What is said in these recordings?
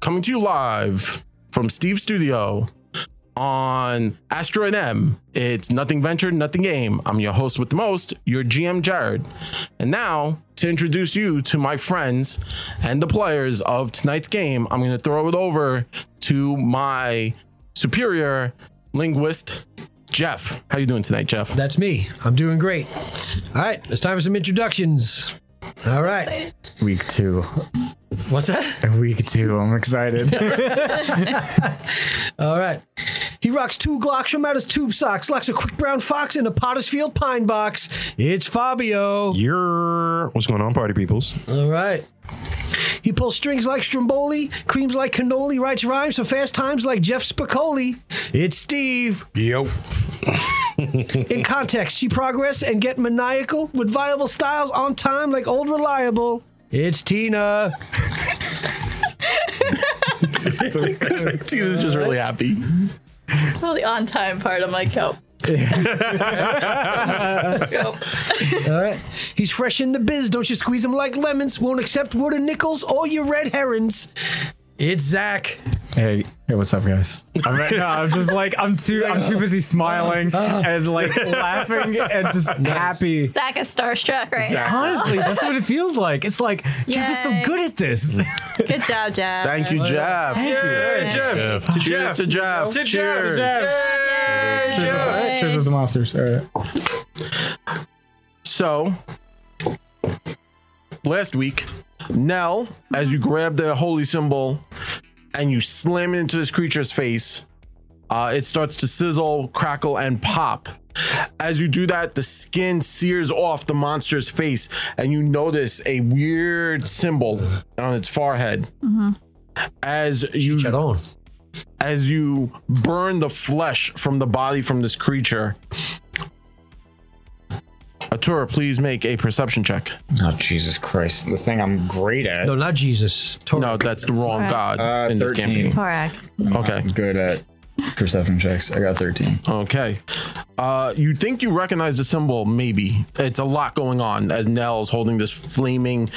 coming to you live from Steve's studio on Asteroid M. It's Nothing Ventured, Nothing Game. I'm your host with the most, your GM Jared. And now, to introduce you to my friends and the players of tonight's game, I'm going to throw it over to my superior linguist, Jeff. How you doing tonight, Jeff? That's me. I'm doing great. All right, it's time for some introductions. All right. Week two. What's that? Week two. I'm excited. All right. He rocks two Glocks from out his tube socks, locks a quick brown fox in a Pottersfield pine box. It's Fabio. You're what's going on, party peoples? All right. He pulls strings like Stromboli, creams like cannoli, writes rhymes for fast times like Jeff Spicoli. It's Steve. Yo. In context, she progress and get maniacal with viable styles on time like old reliable. It's Tina. Tina's just really happy. Well, the on time part, I'm like, oh, All right. He's fresh in the biz. Don't you squeeze him like lemons. Won't accept wooden nickels or your red herrings. It's Zach. hey, hey, what's up, guys? I'm right now. I'm just like I'm too. I'm too busy smiling and like laughing and just happy. Zach is starstruck right Honestly, that's what it feels like. It's like Jeff is so Yay. good at this. now. Good job, Jeff. Thank you, Jeff. Hey, Jeff. Jeff. Cheers to Jeff. To Jeff. Cheers. Yay. Alright, Cheers with the monsters. All right. So, last week, Nell, as you grab the holy symbol and you slam it into this creature's face, uh, it starts to sizzle, crackle, and pop. As you do that, the skin sears off the monster's face, and you notice a weird symbol on its forehead. As you on. as you burn the flesh from the body from this creature. Atura, please make a perception check. Oh Jesus Christ! The thing I'm great at. No, not Jesus. Tor- No, that's the wrong god Uh, in this 13. campaign. Torak. Okay, Good at perception checks. I got 13. okay. Uh, you think you recognize the symbol? Maybe it's a lot going on as Nell's holding this flaming,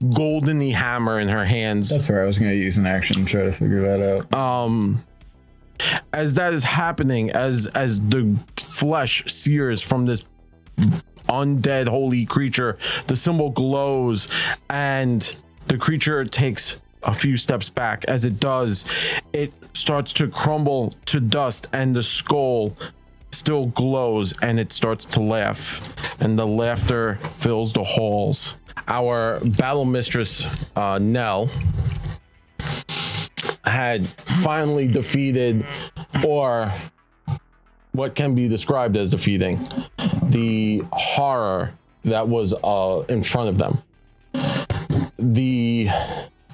goldeny hammer in her hands. That's where I was gonna use an action and try to figure that out. as that is happening, as as the flesh sears from this undead holy creature, the symbol glows, and the creature takes a few steps back. As it does, it starts to crumble to dust, and the skull still glows, and it starts to laugh, and the laughter fills the halls. Our battle mistress, uh, Nell had finally defeated or what can be described as defeating the horror that was uh, in front of them the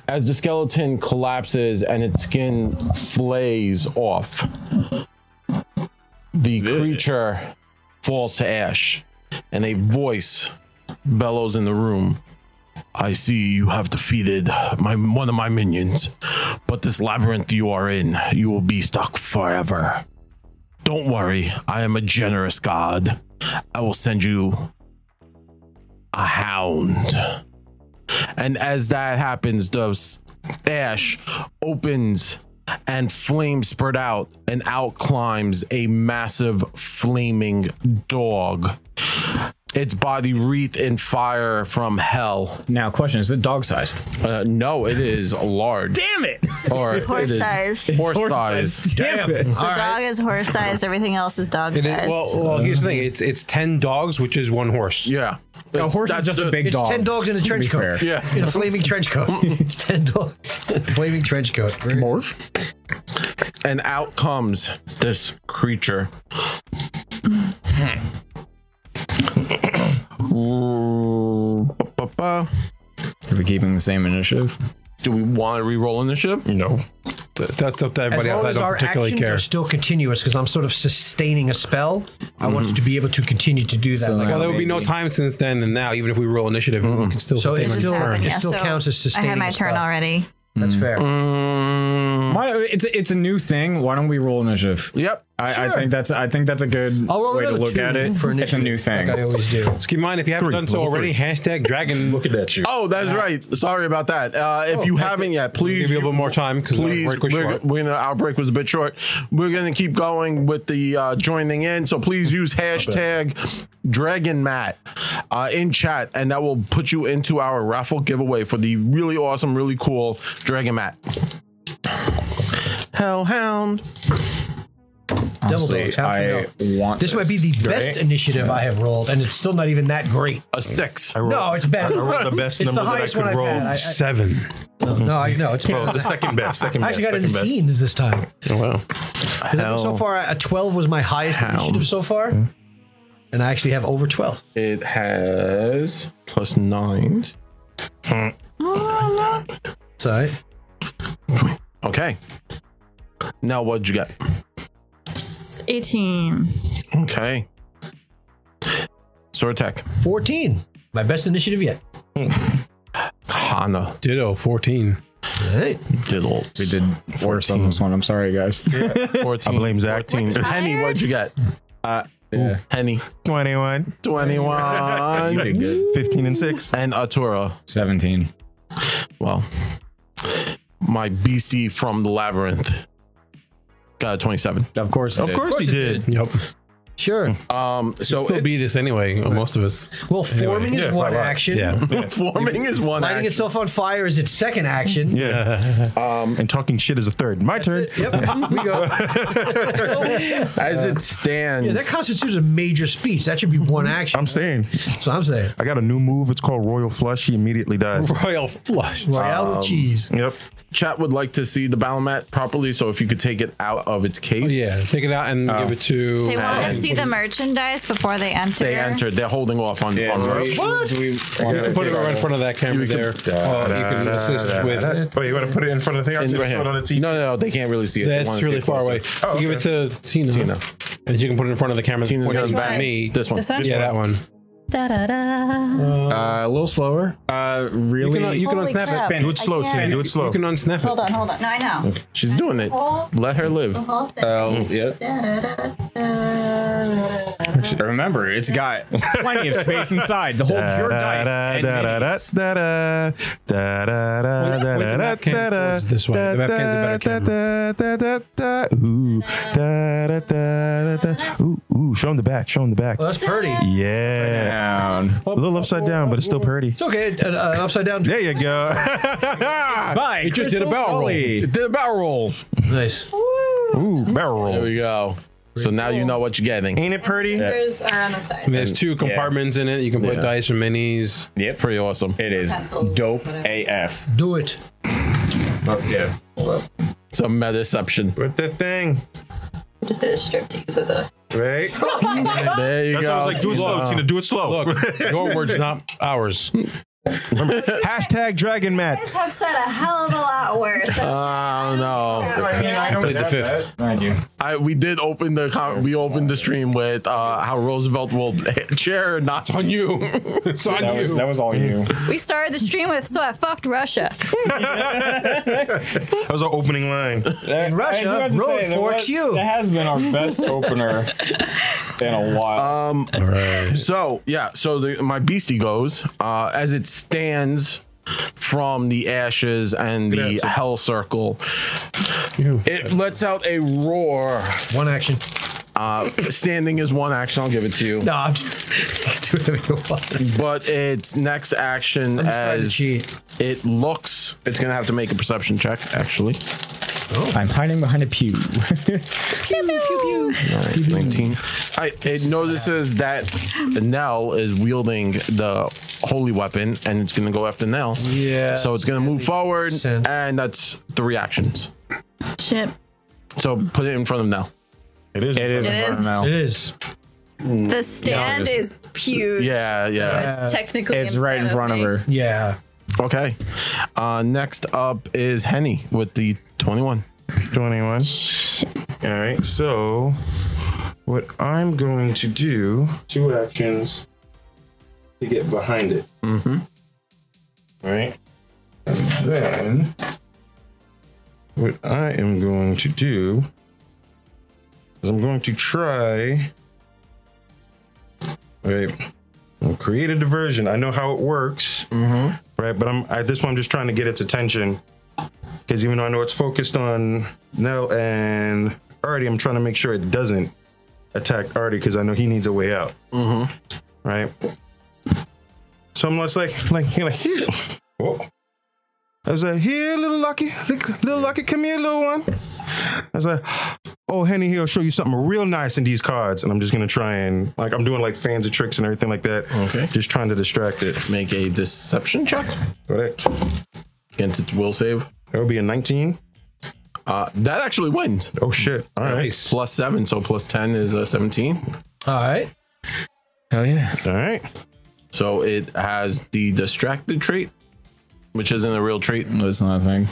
as the skeleton collapses and its skin flays off the creature falls to ash and a voice bellows in the room I see you have defeated my one of my minions, but this labyrinth you are in, you will be stuck forever. Don't worry, I am a generous god. I will send you a hound. And as that happens, the s- ash opens and flame spurt out, and out climbs a massive flaming dog. Its body wreathed in fire from hell. now, question: Is it dog sized? Uh, no, it is large. Damn it! Or it Horse is size. Horse, size. Horse-sized. Damn it! The dog is horse size. Everything else is dog size. well, well, here's the thing. It's it's ten dogs, which is one horse. Yeah. A It's- horse is that's just a the- big It's dog. 10 dogs in a trench coat. fair. Yeah. In a flaming trench coat. it's 10 dogs. flaming trench coat. Morph. And out comes this creature. Ba-ba-ba. Are we keeping the same initiative? Do we want to re-roll initiative? No, Th- that's up to As everybody long else. I as don't our particularly actions care. are still continuous, because I'm sort of sustaining a spell, I want to be able to continue to do that. Mm-hmm. So like, oh, now- Well, there would be no Maybe. time since then and now, even if we roll initiative, Mm-hmm. we can still So sustain it's our still- turn. it still counts as I sustaining had my a turn spell. already. mm, that's fair. Why, it's it's a new thing. Why don't we roll initiative? Yep. I, I think that's I think that's a good I'll roll way to Oh, another look two at it. for it's a initiative, new thing. Like I always do. Keep in mind if you haven't done so level already, hashtag dragon. Look at that you. Oh, that's right. Sorry about that. Uh, Oh, if you haven't yet, please give you a little more time, 'cause our please, break was we're, short. we're gonna- our break was a bit short. We're going to keep going with the uh, joining in. So please use hashtag Dragon Matt uh, in chat, and that will put you into our raffle giveaway for the really awesome, really cool Dragon Mat. Hellhound. Devil Honestly, Dogs, how do you I know? want This might be the right? best initiative I have rolled, and it's still not even that great. a six. Oh, rolled- No, it's bad. I rolled the best It's number the that I highest could one I've roll. had. I- Seven. No, I know it's Well, bad. the second best, second I best, actually got second into best. teens this time. wow. Hell, So far, a 12 was my highest Hound. initiative so far, and I actually have over 12. it has plus nine. So Okay. Now what'd you get? 18. Okay. Sword attack. 14, my best initiative yet. Kana Ditto. Fourteen. All right. diddle. We did worse on this one. I'm sorry, guys. 14. I blame Zach. 14. We're tired. Henny, what'd you get? Yeah. Henny. 21. You 21. did good. 15 and 6. and Atura. 17. Well, my beastie from the labyrinth got a 27. Of course. Of course, you did. Yep. Sure. Um, so Still it- beat us anyway. uh, Most of us. Well, forming yeah, is one right, right. action. Yeah. forming is one. Lighting action. itself on fire is its second action. Yeah. Um, and talking shit is a third. My turn. Yep, we go. As it stands. Yeah, that constitutes a major speech. That should be one action. I'm saying. That's what I'm saying. I got a new move. It's called Royal Flush. He immediately dies. Royal flush. Royale with cheese. Yep. Chat would like to see the battle mat properly, so if you could take it out of its case. Oh, Yeah. Take it out and give it to. They want And- to see the merchandise before they enter. They entered. They're holding off on. on What? You can put it right in front of that camera there. Well, you can assist with. Wait, you want to put it in front of the thing? I'll In- just right put here. it on the TV. No, no, no, they can't really see it. They wanna That's see it really far closer. away. You Give it to Tina. Tina. And you can put it in front of the camera. Tina's Point gonna it back at me. This one. This one? Yeah, that one. Da, da, da. Uh, a little slower. Uh, You can, really? you can Holy unsnap crap. it. Do it slow, I Tina. can't. Do it slow. You can unsnap Hold it. on, hold on. No, I know. She's doing it. Oh. Let her live. Remember, it's got plenty of space inside to hold your dice. and mini dice. Ooh, show him the back. Show him the back. Well, that's pretty. Yeah. Down. A little upside down, but it's still pretty. It's okay. An, uh, an upside down. There you go. Bye. It just did a barrel roll. It did a barrel roll. Nice. Ooh, barrel There roll. we go. So now you know what you're getting. Ain't it pretty? Fingers are on the side. There's two compartments in it. You can put Yeah. dice or minis. It's pretty awesome. It is Pencils, dope whatever. AF. Do it. Yeah. It's a metaception. With the thing, Just did a striptease with a. right? There you That go. sounds like do it slow, Tina. Do it slow. Look, your words, not ours. Hashtag Dragon Matt. have said a hell of a lot worse. Oh no! Played the fifth. Thank you. I we did open the com- we opened the stream with uh, how Roosevelt will chair not on you. it's on That you. was, that was all you. we started the stream with, so I fucked Russia. That was our opening line. In Russia, road forks you. That has been our best opener in a while. So yeah, so the, my beastie goes uh, as it stands from the ashes and the hell circle. It lets out a roar. One action. Uh, standing is one action. I'll give it to you. No, I'm just. Do whatever you want. But its next action trying to as cheat. it looks, it's gonna have to make a perception check. Actually, I'm hiding behind a pew. nineteen. I, it notices that Nell is wielding the holy weapon, and it's gonna go after Nell. Yeah. So it's gonna move forward, sense. and that's three actions. Shit. So put it in front of him now. It is. It It is. It is. The stand is huge. Yeah, yeah. It's technically. Uh, It's right in front of me. her. Yeah. Okay. Uh, next up is Henny with the 21. 21. All right. So, what I'm going to do two actions to get behind it. Mm-hmm. Right. And then, what I am going to do is Because I'm going to try. Right. I'll create a diversion. I know how it works. Right. But I'm at this point, I'm just trying to get its attention. Because even though I know it's focused on Nell and Artie, I'm trying to make sure it doesn't attack Artie because I know he needs a way out. Right. So I'm just like, like, you're like, here. Whoa. I was like, here, little Lucky, Look, little Lucky, come here, little one. I was like, oh, Henny, here, I'll show you something real nice in these cards. And I'm just gonna try and like, I'm doing like fancy tricks and everything like that. Okay. Just trying to distract it. Make a deception check Correct. against its will save. That would be a 19. Uh, that actually wins. Oh shit. All right. Nice. Plus seven, so plus ten is uh, seventeen. All right. Hell yeah. All right. So it has the distracted trait, which isn't a real trait. No, it's not a thing.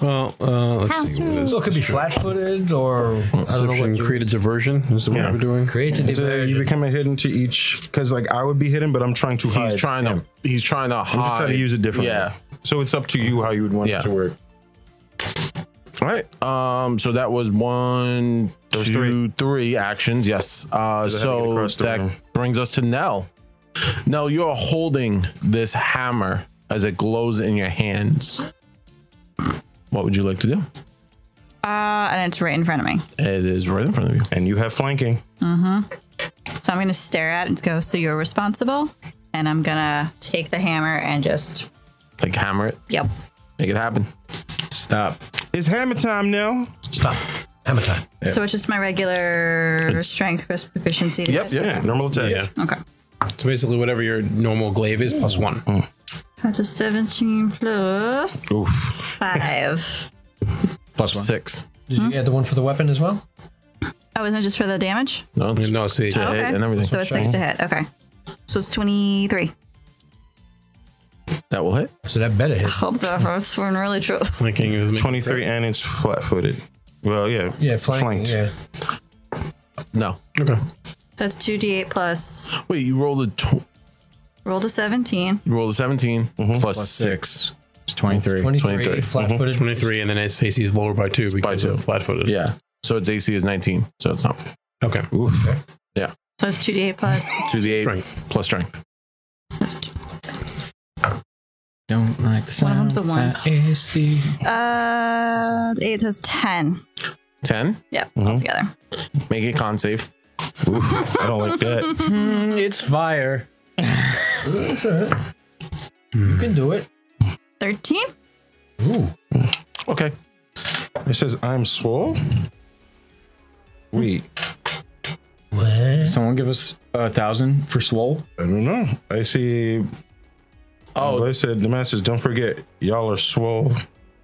Well, uh, let's see. So it could be flat footed or I don't know what Perception you created diversion is the Yeah. one we're doing. create to So you diversion. become a hidden to each, because like I would be hidden, but I'm trying to hide. He's trying to. He's trying to hide. I'm just trying to use it differently. Yeah. So it's up to you how you would want Yeah. it to work. All right. Um. So that was one, Those two, three. three actions. Yes. Uh. I had to get So across the that room. brings us to Nell. Nell, you're holding this hammer as it glows in your hands. What would you like to do? Uh, and it's right in front of me. It is right in front of you. And you have flanking. So I'm going to stare at it and go, So you're responsible? And I'm going to take the hammer and just, Like hammer it. yep. Make it happen. Stop. It's hammer time now. Stop. Hammer time. So it's just my regular strength plus proficiency. to Yep, hit? Yeah, normal attack. Yeah. Okay. So basically, whatever your normal glaive is, plus one. That's a 17 plus five. Plus one. Six. Did you add the one for the weapon as well? Oh, isn't it just for the damage? No. it's- No, see. To hit and everything. So it's six to hit. Okay. So it's 23. That will hit. So that better hit. Hope the first one really true. Flanking is making- 23 and it's flat footed. Well, yeah. Yeah, flank. Flanked. Yeah. No. Okay. That's 2d8 plus. Wait, you rolled a tw- Rolled a 17. you rolled a 17 Mm-hmm. plus, plus six. It's 23. 23, 23. flat footed. 23, and then its AC is lower by two because By two. of flat footed. Yeah. So its AC is 19. So it's not Okay. So it's 2d8 plus. two the eight Strength. plus strength. Don't like the One sound. of them's a one. of that AC. Uh, 8 so it's 10. 10. Yep. Altogether. Make it con save. I don't like that. Mm, It's fire. That's all right. You can do it. 13? Okay. It says I'm swole. Wait, What? Someone give us a thousand for swole. I don't know. I see. Oh, I said the masters. Don't forget, y'all are swole.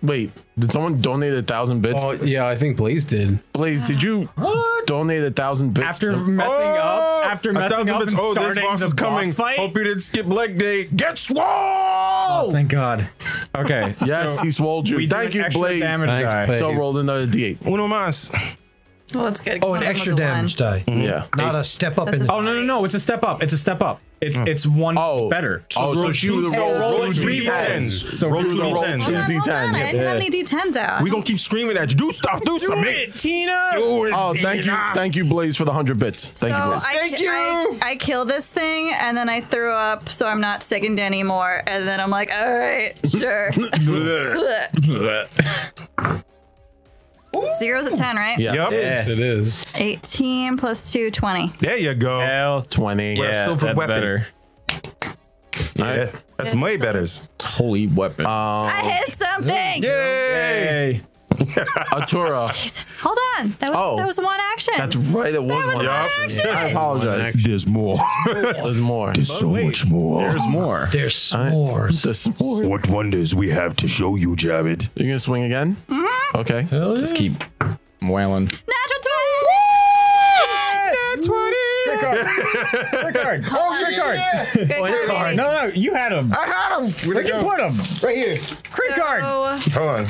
wait. Did someone donate a thousand bits? Oh, yeah, I think Blaze did. Blaze, did you donate a thousand bits? After to- messing Oh, up, after a messing thousand up bits. and Oh, starting this boss the is coming. boss fight. Hope you didn't skip leg day. Get swole. Oh. Thank God. Okay. yes, so he swallowed you. we do Thank an you, extra Blaze. Uh, Damage Thanks, die. Blaze. So rolled another d8. Uno mas. Well, that's good. 'cause Oh, one an of them extra was a damage die. Mm-hmm. Yeah. Not a step up That's in. a- Oh no no no! It's a step up. It's a step up. It's it's one Oh. better. oh, so roll she two- rolled roll roll two two d10s. d10s. So roll do two the roll. Hold on, d10s. hold D10s. on. I didn't Yeah. have any d10s out. We gonna keep screaming at you. Do stuff. Do Do something. it, Tina. Do it, Oh, thank you, Tina. thank you, Blaze, for the hundred bits. Thank so you, Blaze. I, Thank ki- you. I, I killed this thing and then I threw up, so I'm not sickened anymore. And then I'm like, all right, sure. Zero's at 10, right? Yeah. Yup. Yes, it is. 18 plus 2, 20. There you go. Hell, Twenty. We're a Yeah. silver that's weapon. better. All right. Yeah, That's way betters. Holy weapon. Oh. I hit Yay! something. Hey. Atura. Jesus. Hold on. That was, Oh. that was one action. That's right. It was, that was one. one action. action. I apologize. There's more. There's more. so much more. There's more. There's s'mores. There's more. What wonders we have to show you, Javid. You gonna swing again? Mm-hmm. Okay. Just keep wailing. Natural 20. Great card. Great card. Oh, great card. Good card. No, no, you had him. I had him. Where'd Where'd it you go? put him? Right here. Great card. So, Hold on.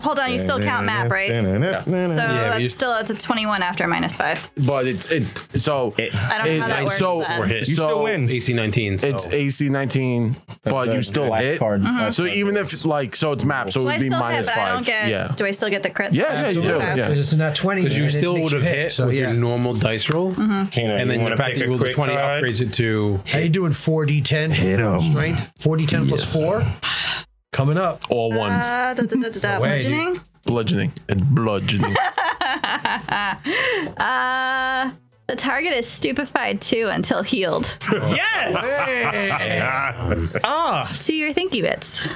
hold on, you still count map, right? So Yeah, but that's you- still that's a twenty-one after minus five. But it's it. So I don't know how that works, So, then. Or so Oh. hit. You still win. AC 19. So. It's AC 19, but you still last hit. card. So even if like so, it's map, so it Mm-hmm. Well, I would be still minus hit, but five. I don't get. yeah. Do I still get the crit? Yeah, yeah, you do. Okay. Yeah. Because Because it's not 20. Because you and it still makes would you have hit So, with yeah. Mm-hmm. your normal dice roll. And then the fact that you rolled a 20 upgrades it to. How you doing? 4d10 Hit 'em. strength. 4d10 plus four. Coming up. All ones. Uh, da, da, da, da, da, way, dude. bludgeoning. bludgeoning and bludgeoning. Uh, the target is stupefied too until healed. Ah. To your thinky bits.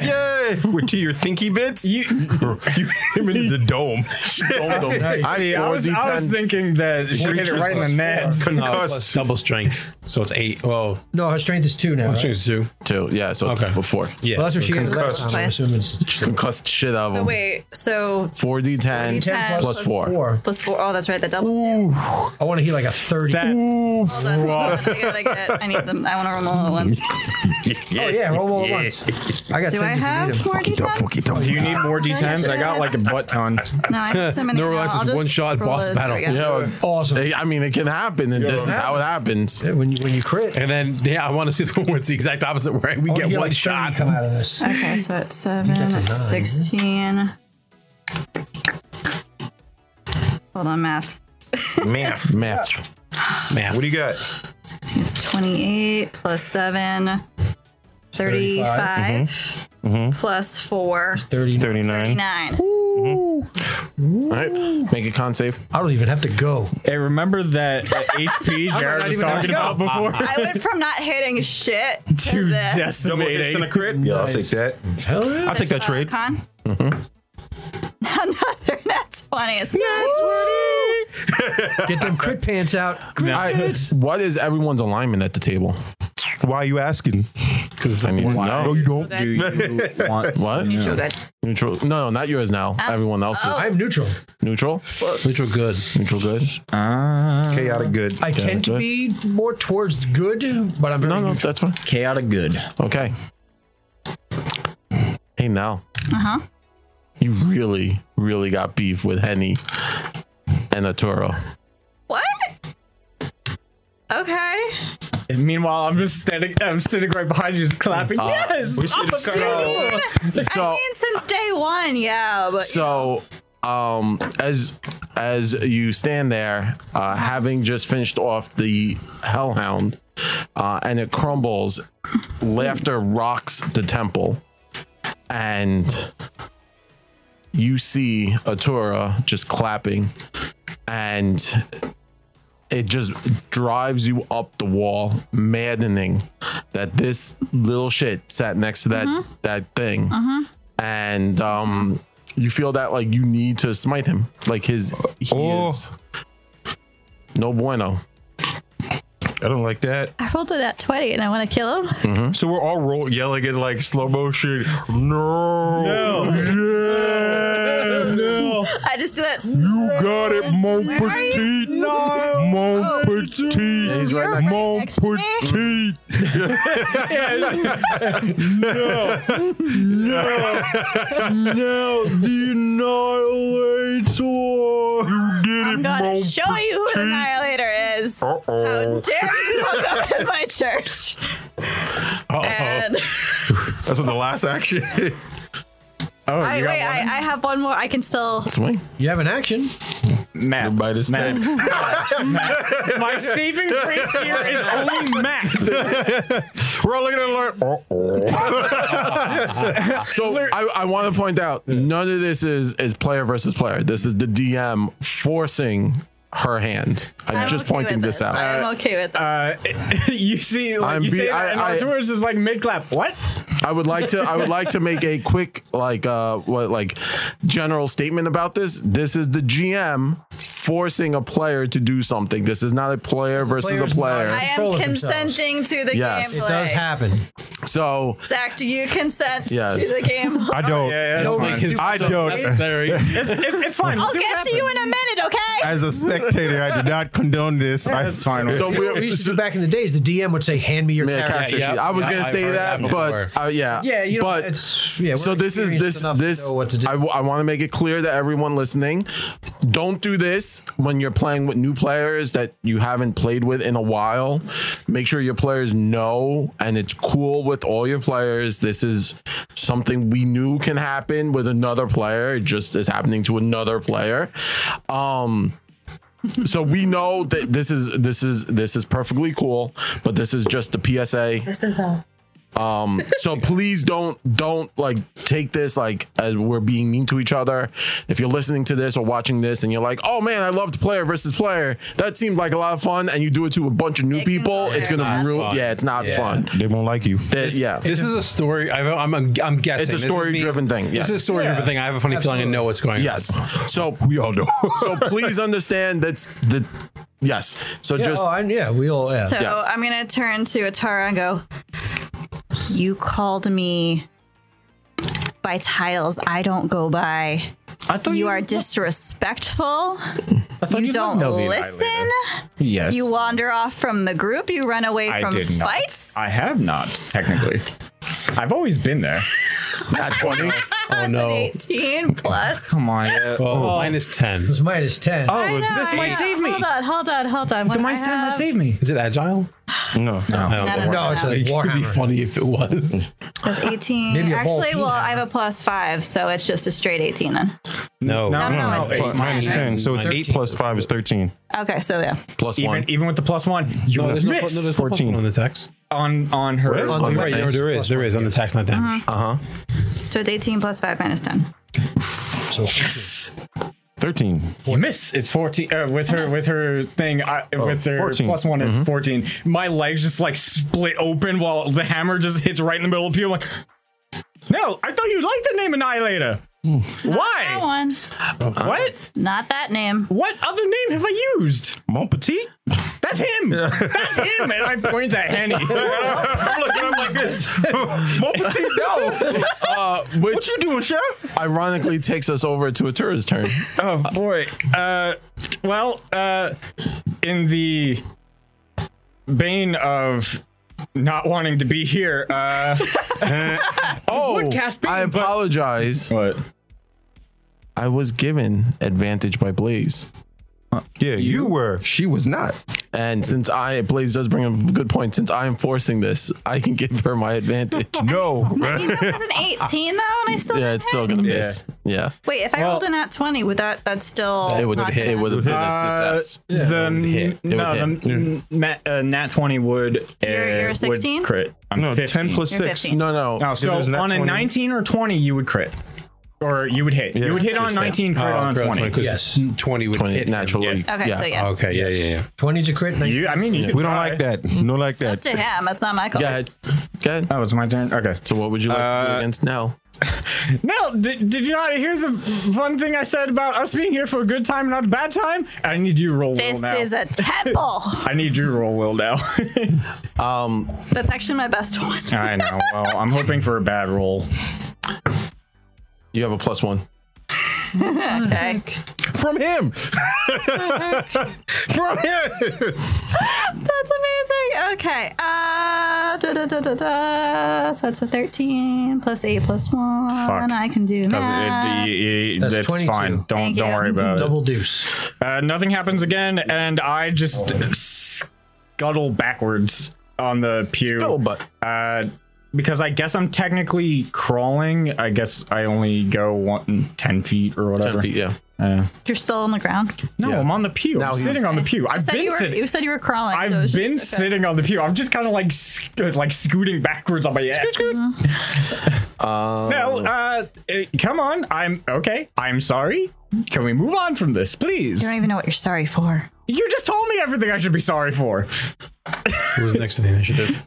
Yay! With to your thinky bits, you, him into the dome. I, I was, I was thinking that she hit it right in the net. Uh, Concussed. plus double strength. So it's eight. Well, No, her strength is two now. right? strength is two. two. Yeah, so Okay. before Yeah. Well, that's what she had last Concussed. time. I'm assuming it's concussed shit out of So him. wait, so 4d10 10 10 plus plus four. four. plus four. Oh, that's right. That doubles too. I want to heat like a 30. That- Hold on. hold on, I gotta get. I need them. I want to roll all at once. oh, yeah, roll all at once. I got Do 10 I if you need have 'em. more d10s? Do you need more D10s? I got like a butt ton. No, I have so many. No, now, relax, I'll it's just one shot, roll boss it. battle. There we go. Yeah, Awesome. it- I mean it can happen, and this is how it happens. When you, when you crit, And then, yeah, I want to see the one where it's the exact opposite way. We I wanna get hear, one like, 30 shot. come out of this. Okay, so it's seven, it's 16. Hold on, math. Math. Math. What do you got? 16, It's 28 plus 7, 35, plus 4, 30. Thirty-nine. 9. All right, make a con save. I don't even have to go. Hey, remember that uh, HP Jared was talking about before? I went from not hitting shit to this. Double hits and a crit. Yeah, I'll take that. Hell yeah. I'll take that Uh, trade. Con? Another net 20. It's Get them crit pants out. I- what is everyone's alignment at the table? Why are you asking? I need to know. you don't. Okay. What? Too good. Oh, Neutral. No, no, not yours now. Everyone else's. I'm neutral. Neutral. Neutral good. Neutral good. Chaotic good. I tend to good. be more towards good, but I'm very No, no, neutral. that's fine. Chaotic good. Okay. Hey, now. Uh huh. You really, really got beef with Henny and Arturo. What? Okay. And meanwhile, I'm just standing, I'm sitting right behind you, just clapping. yes! uh, So, I so, mean, since day one, yeah, but so, um, as as you stand there, uh, having just finished off the Hellhound, uh, and it crumbles, laughter rocks the temple, and you see Atura just clapping, and it just drives you up the wall, maddening that this little shit sat next to that that thing, Mm-hmm. and um, you feel that like you need to smite him, like his he Oh. is no bueno. I don't like that. I rolled it at 20 and I want to kill him. So we're all roll yelling in like slow motion. No. No. Yeah. I just do that. You got it, mon Where are you? petit. Mon Oh. petit. He's right You're next. right Mon next to me. petit. Now the annihilator. You did I'm it, going mon to show you who the Annihilator is. Uh How oh. dare you look up in my church? And That's what the last action. Oh, I, you got wait, I, I have one more. I can still. Swing. You have an action. Matt. By this time. My saving grace here is only Matt. We're all looking at it like, uh oh. So I, I want to point out none of this is is player versus player. This is the DM forcing her hand. I'm, I'm just okay pointing with this, out. I'm okay with this. Uh, you see, like, I'm you be- say I- that, and I- Arturo's is like mid clap. What? I would like to I would like to make a quick like uh what like general statement about this. This is the GM forcing a player to do something. This is not a player versus a player's not- player. I control am of themselves. consenting to the Yes. It gameplay. It does happen. So Zach, do you consent Yes. to the game? I don't. Yeah, No, yeah, we that's do- fine. I so don't. necessary. It's, it's, it's fine. I'll See what get to you in a minute, okay? As a spectator, I do not condone this. I that's fine. So What we we're used to do back in the days, the DM would say, "Hand me your yeah, character." character yeah, sheet. I was yeah, gonna I've say heard that, that but before. uh, yeah, Yeah, you know, but it's- yeah, we're so this is experienced this enough to this. know what to do. I, want to make it clear to everyone listening: don't do this when you're playing with new players that you haven't played with in a while. Make sure your players know, and it's cool with all your players. This is something we knew can happen with another player. It just is happening to another player. Um, so we know that this is this is this is perfectly cool, but this is just the PSA This is all. Um, so please don't don't like take this like as we're being mean to each other. If you're listening to this or watching this and you're like, oh man, I loved player versus player. That seemed like a lot of fun, and you do it to a bunch of new It can people, be it's gonna not ruin. fun. Yeah, it's not Yeah. fun. They won't like you. That- yeah, This is a story. I've, I'm, I'm, I'm guessing. This is me- story-driven thing, yes. This is a story-driven thing. I have a funny feeling I know what's going on. yes. So We all know. so please understand that's the yes. So yeah, just oh, and yeah, we all. Yeah. So Yes. I'm gonna turn to Atara and go. You called me by titles I don't go by. I thought You, are disrespectful. thought You, don't Melvin listen. Yes. You wander off from the group. You run away I from did fights. not. I have not, technically. I've always been there. not twenty. oh no. 18 plus. Come on. Oh, minus 10. It's minus ten. Oh, it's- this might save me. Hold on, hold on, hold on. What The do might I save, might have? save me. Is it agile? no. I don't know. no, it's a It would be warhammer. funny if it was. That's 18. Maybe a whole Actually, well, peanut. I have a plus five, so it's just a straight 18 then. Oh, No. No, no, no, no, it's, it's it's minus 10. 10. So it's 8 plus 5 is 13. Okay, so yeah. Plus one. Even even with the plus one, you No, there's no, miss no, there's 14. no on the text. on on her. Really? Oh, On you're the right. weapon. There, there is. There is on the text, not damage. Uh-huh. So it's 18 plus five minus 10. 13. You miss. It's fourteen uh, with her with her thing. I, Oh, with her 14. plus one, Mm-hmm. it's fourteen. My legs just like split open while the hammer just hits right in the middle of people. I'm like, no, I thought you liked the name Annihilator. That Why? one. What? Not that name. What other name have I used? Mon Petit? That's him. That's him. And I point at Henny. I'm looking up like this. Mon Petit, no. Uh, which you doing, Chef? ironically takes us over to a tourist turn. Oh boy. Uh, well, uh, in the bane of not wanting to be here, uh, Oh, cast I beam, but- apologize. what? I was given advantage by Blaze. Yeah, you were. She was not. And since I Blaze does bring up a good point, since I am forcing this, I can give her my advantage. No. You know, it was an 18 though, and I still. yeah, it's still gonna miss. Yeah, Wait, if I rolled an at 20, would that that's still? it would Oh, not hit. It gonna- would have been a Uh, success. the hit. no, the hit. m- ma- uh, nat twenty would uh, You're- you're a would 16? crit. I'm No, 10 plus You're 6. 15. No, no. No, so there's on nat a 20. nineteen or twenty, you would crit, or you would hit. You would hit on nineteen, Oh, crit on correct, twenty. 'cause Yes. 20 would 20 hit. naturally. Okay, yeah. so yeah. Okay, yeah, yeah, yeah. Twenties a crit. You, I mean, you could We don't try. like that. No, like Up that. to him. That's not my call. Go ahead. Go ahead. Oh, it's my turn. Okay. So what would you like to do Uh, against Nell? Nell, did, did you not? Here's a fun thing I said about us being here for a good time, not a bad time. I need you to roll will This now. is a temple. I need you to roll will now. That's actually my best one. I know. Well, I'm hoping for a bad roll. You have a plus one. Okay. From him. Uh-huh. From him. That's amazing. Okay. Uh, da, da, da, da, da. So that's a 13 plus 8 plus 1. Fuck. I can do Does math. it, it- it- That's that's 22. fine. Don't Thank don't you. worry about it. Double deuce. Uh, nothing happens again, and I Oh. just scuttle backwards on the pew. Go, but Uh, because I guess I'm technically crawling. I guess I only go one, 10 feet or ten whatever. feet. Yeah. You're still on the ground. No, I'm on the pew. Now I'm he's- sitting on the pew. You I've said been you, were, sitting. you said you were crawling. so I've it was just- been okay. sitting on the pew. I'm just kind of like sc- like scooting backwards on my ass. no, uh, eh, come on. I'm okay. I'm sorry. Can we move on from this, please? You don't even know what you're sorry for. You just told me everything I should be sorry for. Who was next to the initiative?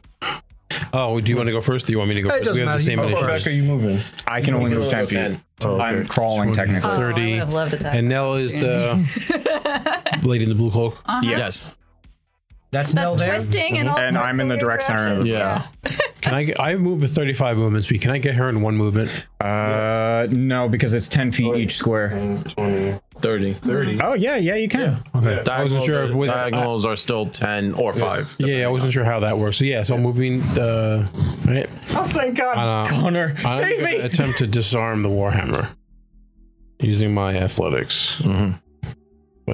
Oh, do you want to go first? Do you want me to go first? doesn't we have the matter. same You go initiative. you moving? I can only move 10 feet. I'm crawling technically. Oh, I would 30. have loved it. And Nell is the lady in the blue cloak. Uh, Yes. Yes. That's, That's Nell there. twisting and all And sorts I'm in of the direct center of directions. Yeah. Can I? Get, I move with 35 movement speed. Can I get her in one movement? Uh, no, because it's 10 feet each square. 20. 30. 30. Oh, yeah, yeah, you can. Okay. I wasn't sure if with. diagonals are still 10 or 5. yeah, I wasn't sure how that works. So yeah, so I'm moving the. Right. Oh, thank God. I know. Connor, I'm save gonna me. Attempt to disarm the warhammer using my athletics. Mhm. If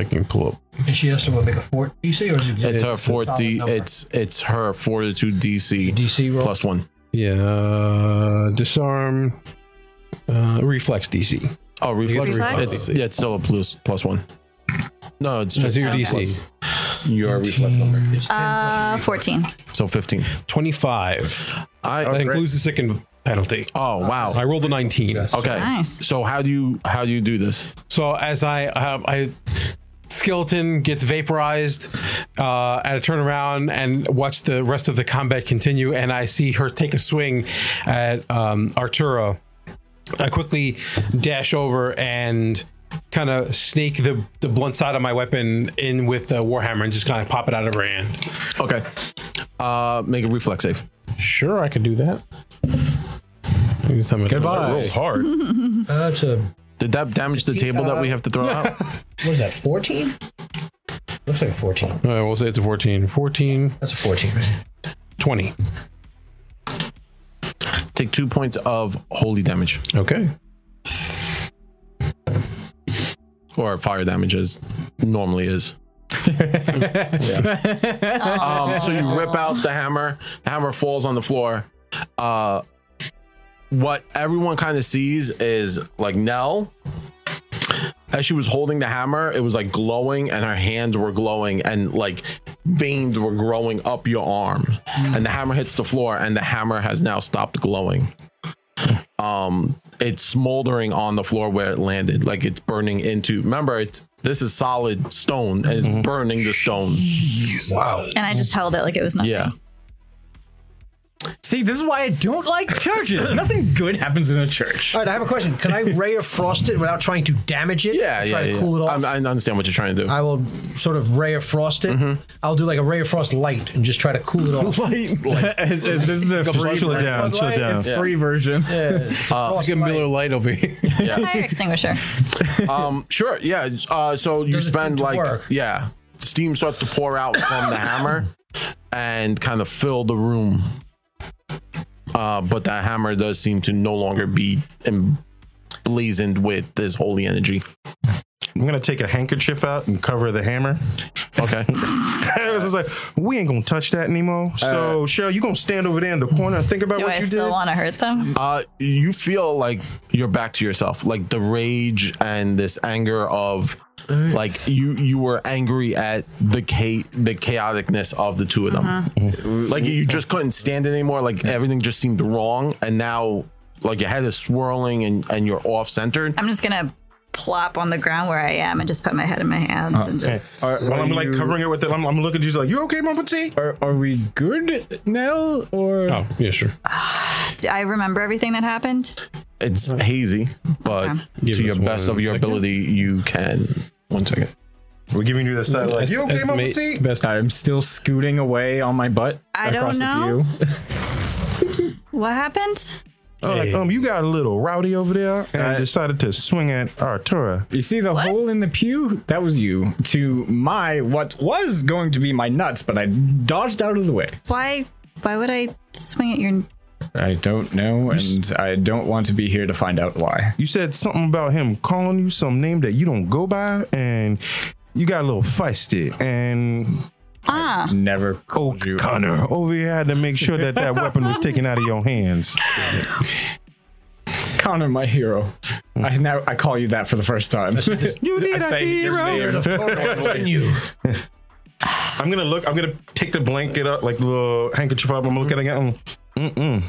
I can pull up. And she has to what, make a fort DC or is it just It's her a solid 40. number? It's it's her fortitude DC DC roll. plus 1. Yeah, uh, disarm. Uh, reflex DC. Oh, reflex. Reflex? It's, yeah, it's still a plus plus 1. No, it's That's just your Okay. DC. your reflex number. It's 10 Uh, 14. So 15. 25. I That includes the second penalty. Oh, Oh, I wow. rolled a 19. Okay. Nice. So how do you how do you do this? So as I have, I skeleton gets vaporized, uh, and I turn around and watch the rest of the combat continue, and I see her take a swing at um, Arturo. I quickly dash over and kind of snake the, the blunt side of my weapon in with the warhammer and just kind of pop it out of her hand. Okay. Uh make a reflex save. Sure, I can do that. Roll hard. Uh, it's a, what Did that damage the table that we have to throw out? is that, 14? Looks like a 14. Uh, we'll say it's a 14. 14, That's a 14. 20. Take 2 points of holy damage Okay. or fire damage as normally is. Um, so you rip out the hammer. The hammer falls on the floor. Uh, what everyone kind of sees is like Nell, as she was holding the hammer, it was like glowing, and her hands were glowing, and like veins were growing up your arm. And the hammer hits the floor, and the hammer has now stopped glowing. Um, it's smoldering on the floor where it landed, like it's burning into. Remember, it's this is solid stone, and it's Mm-hmm. burning the stone. And I just held it like it was nothing. Yeah. See, this is why I don't like churches. Nothing good happens in a church. All right, I have a question. Can I ray of frost it without trying to damage it? Yeah, yeah, Try to yeah. cool it off. I'm- I understand what you're trying to do. I will sort of ray of frost it. Mm-hmm. I'll do like a ray of frost light and just try to cool it off. Is- is this is the free Shut it version. down. Shut it down. It's free version. Uh, Frost Get light. Miller Light over here. Fire extinguisher. Um, sure. Yeah. Uh, so you Does it seem spend to like work? yeah, steam starts to pour out from the hammer and kind of fill the room. Uh, but that hammer does seem to no longer be emblazoned with this holy energy. I'm gonna take a handkerchief out and cover the hammer. Okay. I was just like, we ain't gonna touch that anymore. So Cheryl, you gonna stand over there in the corner and think about Do what I you still did. want to hurt them? Uh, you feel like you're back to yourself, like the rage and this anger of, like you you were angry at the cha- the chaoticness of the two of them, like you just couldn't stand it anymore. Like everything just seemed wrong, and now like your head is swirling and and you're off centered. I'm just going to plop on the ground where I am and just put my head in my hands and just. While I'm like covering it with it, I'm, I'm looking at you like, you okay, Mama T? Are, are we good, Nell? Or Oh, yeah, sure. Do I remember everything that happened? It's hazy, but Give to your us one best of your second. ability, you can. One second. We're giving you the side like, you okay, Mama Estimate T? best I'm still scooting away on my butt. I don't across the know. view. What happened? Oh, like, um, you got a little rowdy over there and Uh, decided to swing at Artura. You see the hole in the pew? That was you. To my, what was going to be my nuts, but I dodged out of the way. Why? Why would I swing at your? I don't know, and I don't want to be here to find out why. You said something about him calling you some name that you don't go by, and you got a little feisty. And Ah, Never called you. O'Connor over here had to make sure that that weapon was taken out of your hands. Connor, my hero. I now I call you that for the first time. You need a say his name. you. I'm gonna look. I'm gonna take the blanket up, like the little handkerchief up. I'm gonna look at it again. Mm mm.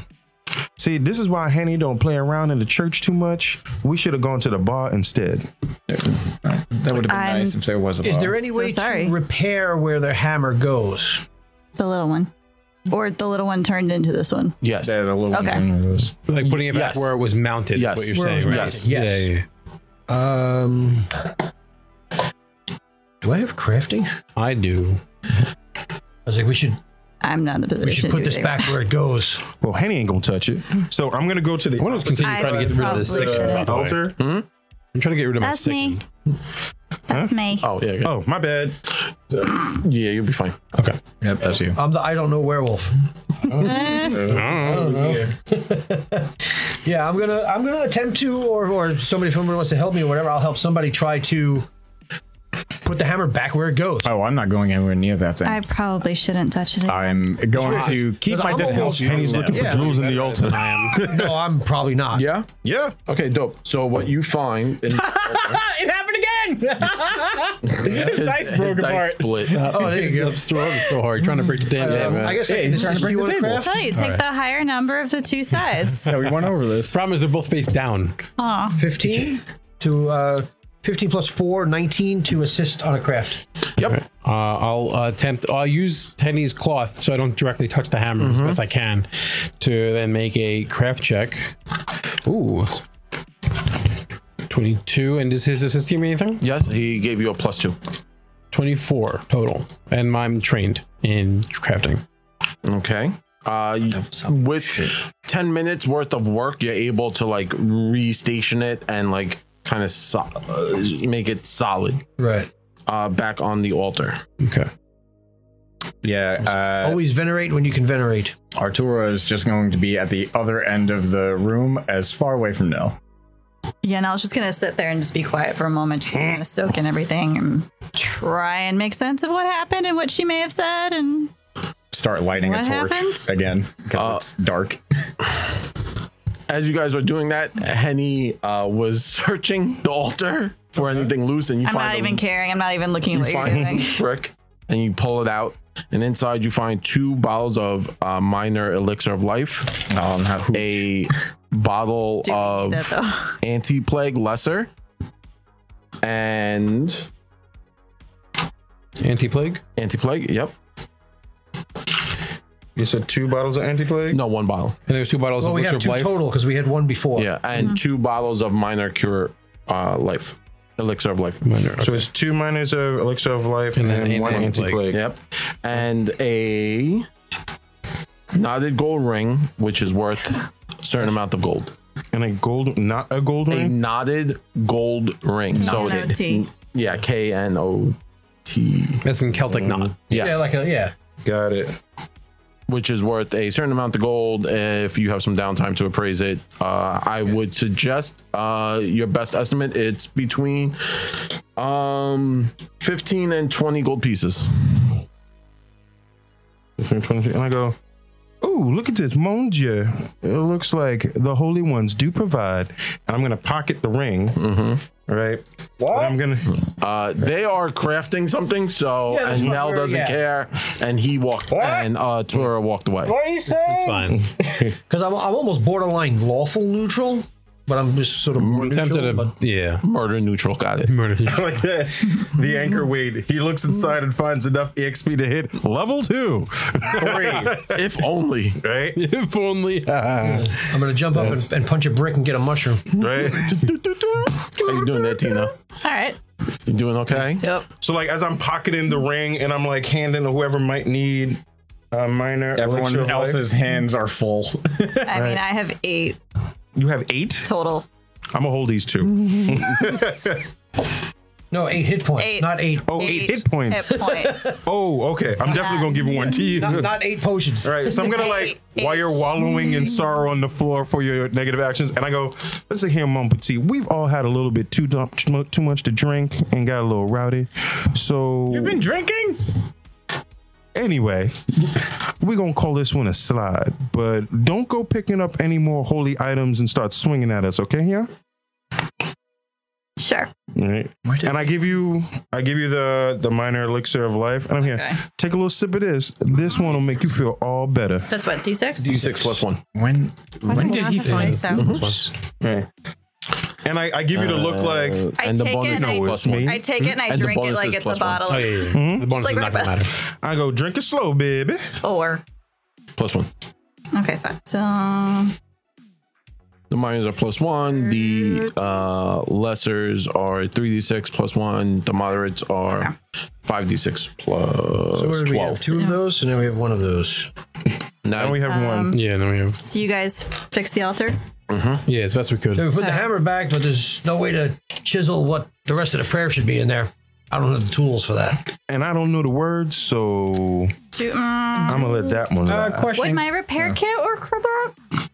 See, this is why Henny don't play around in the church too much. We should have gone to the bar instead. That would have been I'm- nice if there was a Is there Oh. box. any So way sorry. to repair where the hammer goes? the little one, or the little one turned into this one. Yes. Yeah, the little Mm-hmm. Okay. one was- Like putting it back Yes. where it was mounted. is Yes. What you're Where it was saying, right? mounted, yes. Yeah, yeah, yeah. Um, do I have crafting? I do. I was like, we should I'm not in the position. You should to put do this it. back where it goes. Well, Henny ain't gonna touch it. So I'm gonna go to the. Why don't we continue I trying to get rid of this probably section? shouldn't. by the way? altar? Mm. I'm trying to get rid of my That's stick. me. That's me. Oh yeah, yeah. Oh, my bad. yeah, you'll be fine. Okay. Yep, that's you. I'm the I don't know werewolf. Mm. Oh, Yeah, I'm gonna I'm gonna attempt to, or or somebody if somebody wants to help me or whatever, I'll help somebody try to put the hammer back where it goes. Oh, I'm not going anywhere near that thing. I probably shouldn't touch it. I'm going to keep my I'm distance. almost- Henny's looking Yeah. for jewels in the altar. No, I'm probably not. Yeah. yeah. Okay, dope. So what you find in it happened again. his, His dice his broke dice apart. split. Oh, there you go. It's throwing so hard, trying to break the damn Um, game. I guess I Hey, can- he's trying to do you break the wanna table. I tell you, take the higher number of the two sides. Yeah, we went over this. Problem is, they're both face down. Aw. 15 to uh 15 plus 4 19 to assist on a craft Yep. Uh, I'll uh, attempt. I'll use Tenny's cloth so I don't directly touch the hammer Mm-hmm. as best I can, to then make a craft check. Ooh, twenty-two. And does his assist give me anything? Yes, he gave you a plus two. Twenty-four total. And I'm trained in crafting. Okay. Uh, y- with ten minutes worth of work, you're able to like restation it and like kind of so- uh, make it solid right uh, back on the altar. Okay. Yeah, always venerate when you can venerate uh, Artura is just going to be at the other end of the room, as far away from Nell. Yeah, and I was just gonna sit there and just be quiet for a moment, just kind of soak in everything and try and make sense of what happened and what she may have said. And Start lighting What a torch happened? again Uh, because it's dark. As you guys are doing that, Henny uh, was searching the altar for anything loose, and you I'm find not a- even caring. I'm not even looking at you what you're find doing. a brick and you pull it out, and inside you find two bottles of uh, minor elixir of life, Oh, not who. a bottle Do you of need that, though? anti plague lesser, and Anti-plague. anti plague. Yep. You said two bottles of anti-plague. No, one bottle. And there's two bottles well of we Elixir have of two Life. total because we had one before Yeah, and Mm-hmm. two bottles of minor cure uh, life, elixir of life. Minor- So it's two minors of elixir of life and, And then eight one anti-plague. anti-plague. Yep. And a knotted gold ring, which is worth a certain amount of gold. And a gold, not a gold A ring. knotted gold ring. So it's Knotted. yeah, K N O T. That's in Celtic knot. Yes. Mm. yeah like a yeah Got it. which is worth a certain amount of gold. If you have some downtime to appraise it, uh, I would suggest uh, your best estimate. It's between um, 15 and 20 gold pieces. And I go, oh, look at this monja. It looks like the holy ones do provide. And I'm gonna pocket the ring. Mm-hmm. Right. What? I'm gonna. Uh, they are crafting something, so that's and what Nell we're- doesn't yeah. care, and he walked and uh, Tora walked away. It's fine. because I'm, I'm almost borderline lawful neutral but I'm just sort of Mm, more Tempted neutral, to but yeah. Murder neutral, got it. Murder. Like that, the anchor weight. He looks inside and finds enough exp to hit level two. if only. Right, if only. I'm gonna jump up and, and punch a brick and get a mushroom right. How you doing there, Tina? All right. You doing okay? Yep. So like as I'm pocketing the ring and I'm like handing to whoever might need a minor elixir of Everyone life. else's hands are full. I mean, I have eight You have eight? Mm-hmm. total. I'm gonna hold these two. no eight hit points Eight. not eight Oh, eight hit points. Hit points. Oh, okay. I'm definitely gonna give one to you. not, not eight potions All right, so I'm gonna like while you're wallowing in sorrow on the floor for your negative actions, and I go, listen here, Mom Petit, we've all had a little bit too dump, too mu- too much to drink and got a little rowdy. So You've been drinking? anyway, we're gonna call this one a slide, but don't go picking up any more holy items and start swinging at us, okay? Yeah. Sure. All right. And I give you, I give you the the minor elixir of life, and I'm here. Okay. Take a little sip of this. This one will make you feel all better. That's what D6. D6 plus one. When when did he find so. Right. And I, I give you the look like Uh, I and the take it bonus and I- is No, plus it's me. one. I take it and I And the drink it bonus like is it's a plus one. bottle Oh, yeah, yeah, yeah. Mm-hmm. The bonus like is not gonna Rebecca. matter. I go drink it slow, baby. or Plus one. okay, fine. So The minors are plus one. Mm. The uh, lessers are 3d6 plus one. The moderates are 5d6 plus So what do we have? 12. Two of those, and then we have one of those. Now And we have Um, one. Yeah, no, we have. So you guys fix the altar. Yeah, as best we could. We put the So- hammer back, but there's no way to chisel what the rest of the prayer should be in there. I don't have the tools for that. And I don't know the words, so Do, mm, I'm gonna let that one. Uh, lie. would question. my repair kit work for that?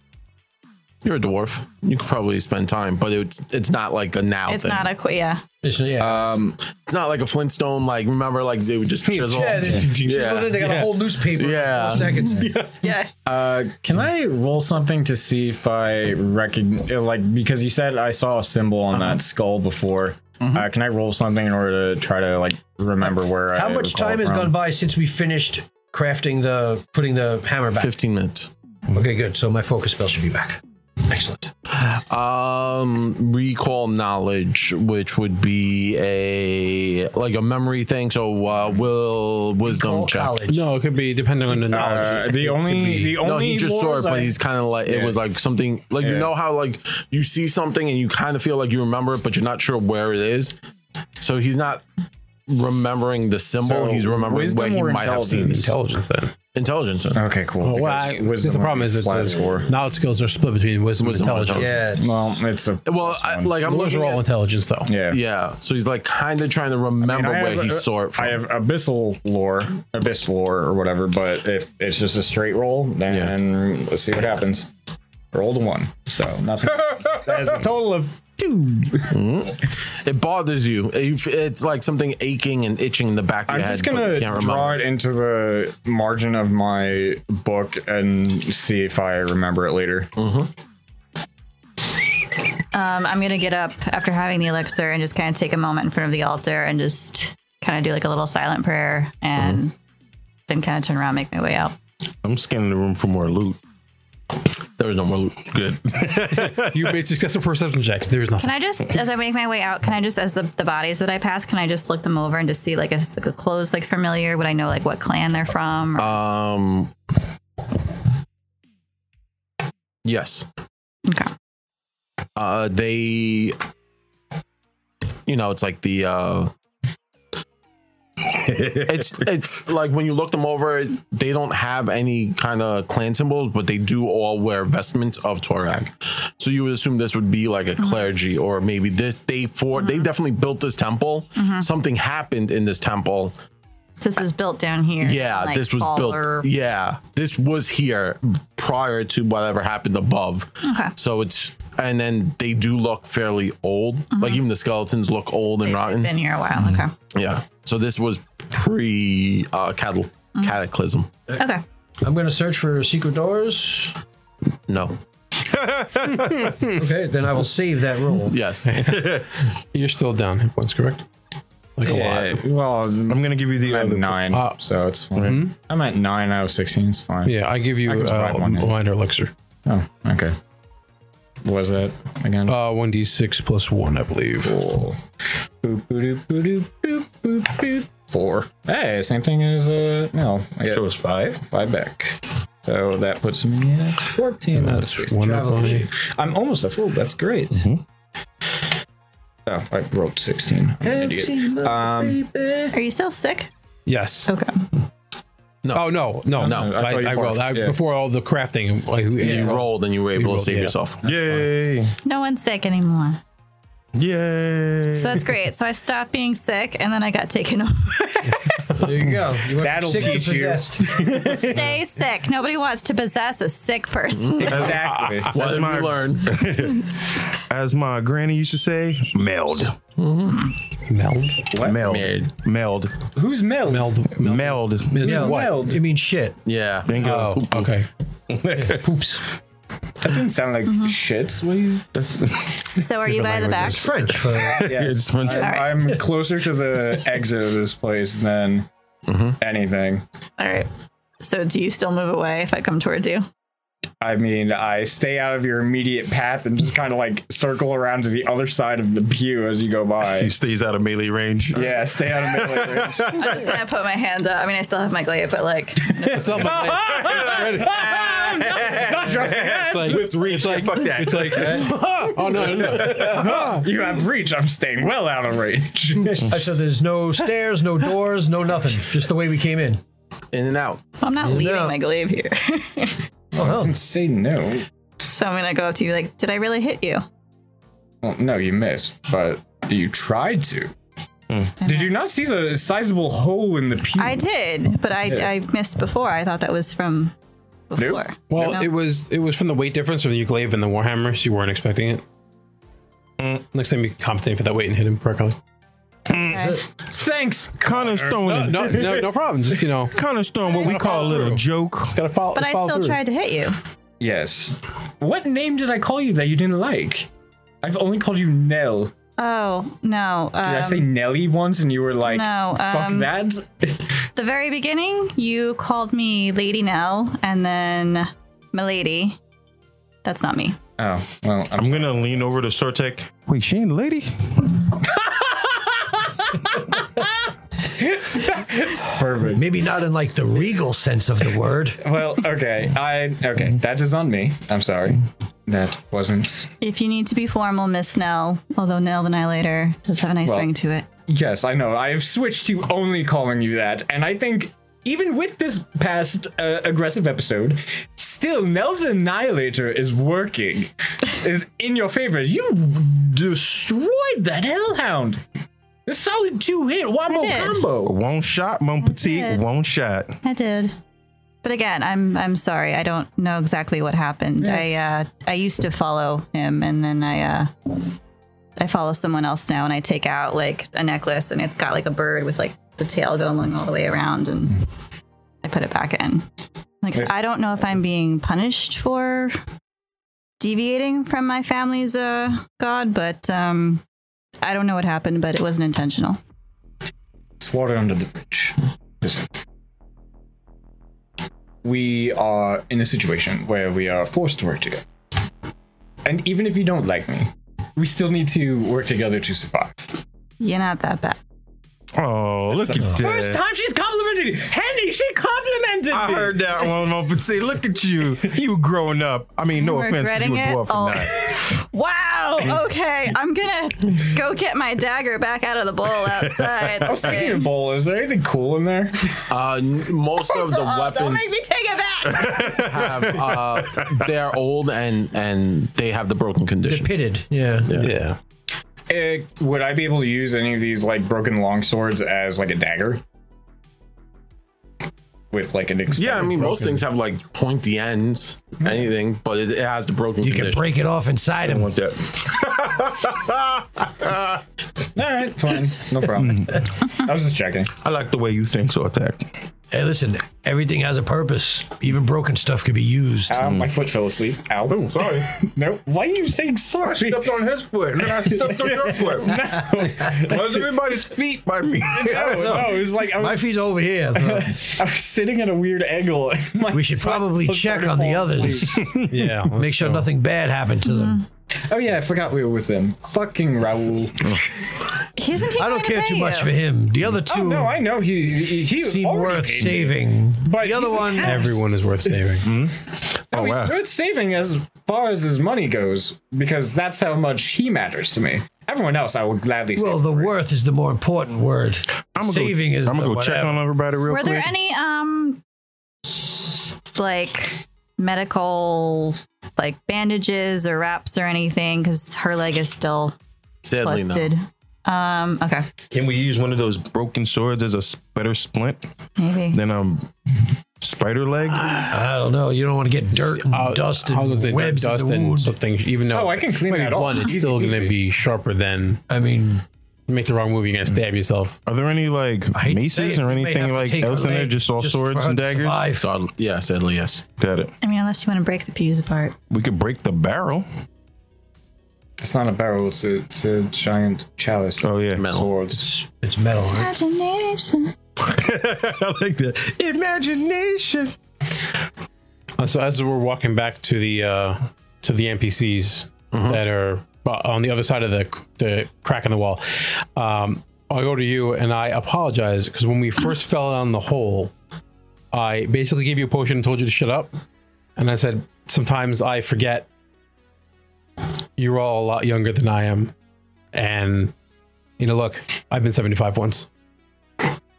You're a dwarf. You could probably spend time, but it's it's not like a now It's thing. not a qu- yeah. It's, yeah. um, it's not like a Flintstone. Like remember, like they would just chisel. yeah, they- they- Yeah. they got a whole newspaper. in Yeah. 12 seconds. Yeah. Uh, can I roll something to see if I recognize, like, because you said I saw a symbol on Uh-huh. that skull before. Mm-hmm. Uh, can I roll something in order to try to like remember where? How I much recall time has from? gone by since we finished crafting the putting the hammer back? Fifteen minutes. Okay, good. So my focus spell should be back. Excellent. Um, recall knowledge, which would be a like a memory thing. So uh, will wisdom Call check. college. No, it could be depending on the knowledge. Uh, the only, the only No, he just saw it, laws but I- he's kind of like it Yeah. was like something like you Yeah. know how like you see something and you kind of feel like you remember it, but you're not sure where it is. So he's not remembering the symbol; So, he's remembering wisdom where he or might have seen this. intelligence then. intelligence. Oh, Okay, cool. Well, Because I, wisdom the problem is that flat the score. knowledge skills are split between wisdom, Wisdom and and intelligence. Yeah. Well, it's a Well, I, like I'm Those looking are at- all intelligence though. yeah. Oh, Yeah, so he's like kind of trying to remember I where have, he uh, saw it from. I have abyssal lore, abyss lore, or whatever. But if it's just a straight roll, then let's see what happens. Rolled a one, so nothing. that is a total of it bothers you. It- It's like something aching and itching in the back of I'm your head. just but you gonna can't draw remember. it into the margin of my book and see if I remember it later. Um, I'm gonna get up after having the elixir and just kind of take a moment in front of the altar and just kind of do like a little silent prayer and Mm-hmm. then kind of turn around, make my way out. I'm scanning the room for more loot. There was no more loot. Good. You made successful perception checks. There's nothing. Can I just, as I make my way out, can I just, as the, the bodies that I pass, can I just look them over and just see like if the clothes like familiar? Would I know like what clan they're from? Or- Um. Yes. okay. Uh, they. You know, it's like the. uh it's it's like when you look them over, they don't have any kind of clan symbols, but they do all wear vestments of Torag. So you would assume this would be like a clergy, or maybe this they for they definitely built this temple. Something happened in this temple, This is built down here. yeah, like, this was fall built. or- Yeah, this was here prior to whatever happened above. Okay. So it's and then they do look fairly old. Like even the skeletons look old and Mm-hmm. They've rotten. Mm-hmm. Been here a while. Okay. Yeah. So this was pre uh, cattle Mm-hmm. cataclysm. Okay. I'm gonna search for secret doors. No. Okay, then I will save that roll. Yes. You're still down hit points, correct? Like a Yeah, lot. well, I'm I'm gonna give you the at other. mm-hmm. nine, Uh, so it's fine. I'm at nine out of sixteen. It's fine. Yeah, I give you I can uh, provide one hit. minor elixir. Oh, okay. What was that again? Uh, one d six plus one, I believe. Cool. Boop, boop, boop, boop, boop, boop, boop. Four. Hey, same thing as uh no. I get So it's five. five back. So that puts me at fourteen. out of That's 16. one Mm-hmm. that's on me. I'm almost a fool. That's great. Oh, I wrote 16. I'm an idiot. Um, Are you still sick? Yes. Okay. Oh no, no, no! no, I I, thought you I, rolled I, barfed, yeah. before all the crafting. I, You yeah. rolled and you were able rolled, to save yeah. yourself. Yay! No one's sick anymore. Yay! So that's great. So I stopped being sick and then I got taken over. There you go. You went That'll from sick teach to you. possessed. Stay sick. Nobody wants to possess a sick person. Mm-hmm. Exactly. What did my- we learn? As my granny used to say, meld, Meld. meld, Meld. meld, who's Mel? Meld. Meld. meld. Yeah, What? well, it means shit. Yeah. Bingo. Oh, okay. Poops. That didn't sound like Mm-hmm. shit. What do you? So are you by the back? It's French for Yes. French. All right. I'm closer to the exit of this place than Mm-hmm. anything. All right. So do you still move away if I come towards you? I mean, I stay out of your immediate path and just kind of like circle around to the other side of the pew as you go He by. stays out of melee range. yeah, stay out of melee range. I'm just gonna put my hands up. I mean, I still have my glaive, but like, It's not my- just It's like, With reach, it's like, fuck that. It's like, oh no, no, no. You have reach. I'm staying well out of range. I said there's no stairs, no doors, no nothing. Just the way we came in. in and out. I'm not leaving No. my glaive here. Oh, hell. Say no. so I'm gonna go up to you like, did I really hit you? Well, no, you missed, but you tried to. Did you not see the sizable hole in the pew? Hmm. I did, but I, I missed before. I thought that was from before. Well, No. it was it was from the weight difference from your glaive and the warhammer, so you weren't expecting it. Next time you can compensate for that weight and hit him correctly. Thanks. Connor's No, throwing Uh, no, a no, no problem. Just you know, Connor's throwing what we call a little joke. it's gotta follow. but I follow still through. tried to hit you. Yes. What name did I call you that you didn't like? I've only called you Nell. Did Oh no! Um, I say Nelly once and you were like, no, fuck um, that? the very beginning, you called me Lady Nell, and then Milady. That's not me. Oh, well, I'm, I'm gonna lean over to Sortek. Wait, she ain't a lady? perfect. Maybe not in like the regal sense of the word. Well, okay. I okay, that is on me. I'm sorry. That wasn't If you need to be formal, Miss Nell, although Nell the Annihilator does have a nice Well- ring to it. Yes, I know. I have switched to only calling you that, and I think even with this past uh, aggressive episode, still Nell the Annihilator is working, is in your favor. You destroyed that Hellhound. A solid two hit, one more did. combo. One shot, mon petit, good. one shot. I did. But again, I'm I'm sorry. I don't know exactly what happened. I uh, I used to follow him, and then I uh, I follow someone else now, and I take out like a necklace, and it's got like a bird with like the tail going all the way around, and I put it back in. Like so I don't know if I'm being punished for deviating from my family's uh, god, but um, I don't know what happened, but it wasn't intentional. It's water under the bridge. Listen. We are in a situation where we are forced to work together. And even if you don't like me, we still need to work together to survive. You're not that bad. Oh, look at First that. time she's complimented you. Henny, she complimented I me. heard that one, mon petit. Look at you. You growing up. I mean, no offense, because you Oh. Regretting were it dwarf all. and that. Wow. Okay, I'm gonna go get my dagger back out of the bowl outside. Speaking of bowl, is there anything cool in there? Uh, n- most of the Oh, don't weapons make me take it back. have uh, they're old and and they have the broken condition. Pitted. Yeah. yeah. Uh, would I be able to use any of these like broken longswords as like a dagger? With like an extended Yeah, I mean, most things have like pointy ends, anything, but it, it has the broken Mm-hmm. You can condition. break it off inside him. All right, fine, no problem. I was just checking. I like the way you think, Sortek. Hey, listen, everything has a purpose. Even broken stuff could be used. Ow, Um, My foot fell asleep. Ow. Sorry. Nope. Why are you saying sorry? on his foot, and then I stepped on your foot. Was everybody's feet by me? No, it was like I My was, feet's over here. So I was sitting at a weird angle. My we should foot probably was check starting on to the fall asleep. others. Yeah, Make sure nothing bad happened to them. Oh yeah, I forgot we were with them. Fucking Raul. Isn't he I trying don't to care pay too much you? for him. The other two uh, Oh no, I know he he, he seem already worth paid me. saving. But the other he's an one, ass. everyone is worth saving. No, Oh, he's wow. worth saving as far as his money goes because that's how much he matters to me. Everyone else, I would gladly save. well, the worth is the more important word. saving is I'm the gonna go check whatever. on everybody real Were quick. there any um like medical like bandages or wraps or anything? Because her leg is still Sadly, no. busted. Um. Okay. Can we use one of those broken swords as a s- better splint Maybe. than a um, spider leg? I don't know. You don't want to get dirt and I'll- dust and I was gonna say webs dust in the and wood. something. Even though Oh, I can clean maybe that off. blunt, it's Easy, still going easy. to be sharper than I mean, make the wrong move. You're going to stab yourself. Are there any like hate to say maces it, or we may have anything to like take her else in there? leg Just all just swords for and her to daggers? survive. So, yeah, sadly, yes. Got it. I mean, unless you want to break the pews apart. We could break the barrel. It's not a barrel. It's a, it's a giant chalice. Oh yeah. Metal. Swords. it's metal. Right? Imagination. I like that. Imagination. Uh, so as we're walking back to the uh, to the NPCs that are bu- on the other side of the the crack in the wall, um, I go to you and I apologize because when we first fell down the hole, I basically gave you a potion and told you to shut up, And I said, Sometimes I forget you're all a lot younger than I am. And, you know, look, I've been 75 once.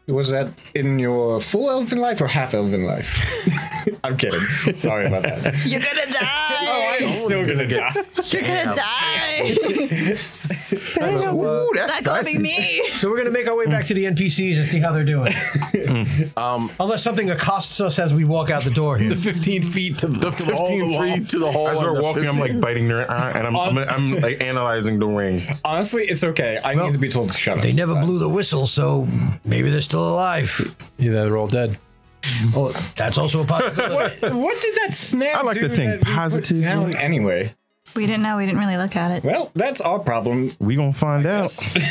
Was that in your full elven life or half elven life? I'm kidding. Sorry about that. You're gonna die. I'm still gonna, die. You're gonna die. Ooh, that's Not gonna be me. So we're gonna make our way back to the NPCs and see how they're doing. Unless something accosts us as we walk out the door here. 15 feet to The 15 feet to the hall. As and we're the walking, I'm 15 like biting their eye, and I'm, I'm, I'm like analyzing the ring. Honestly, it's okay. I need to be told to shut up. They never blew the whistle, so maybe they're still alive. Yeah, they're all dead. Oh, that's also a possibility. What did that snap? I like do to think that we put positively. down Anyway, We didn't know. We didn't really look at it. well, that's our problem. We gonna find out.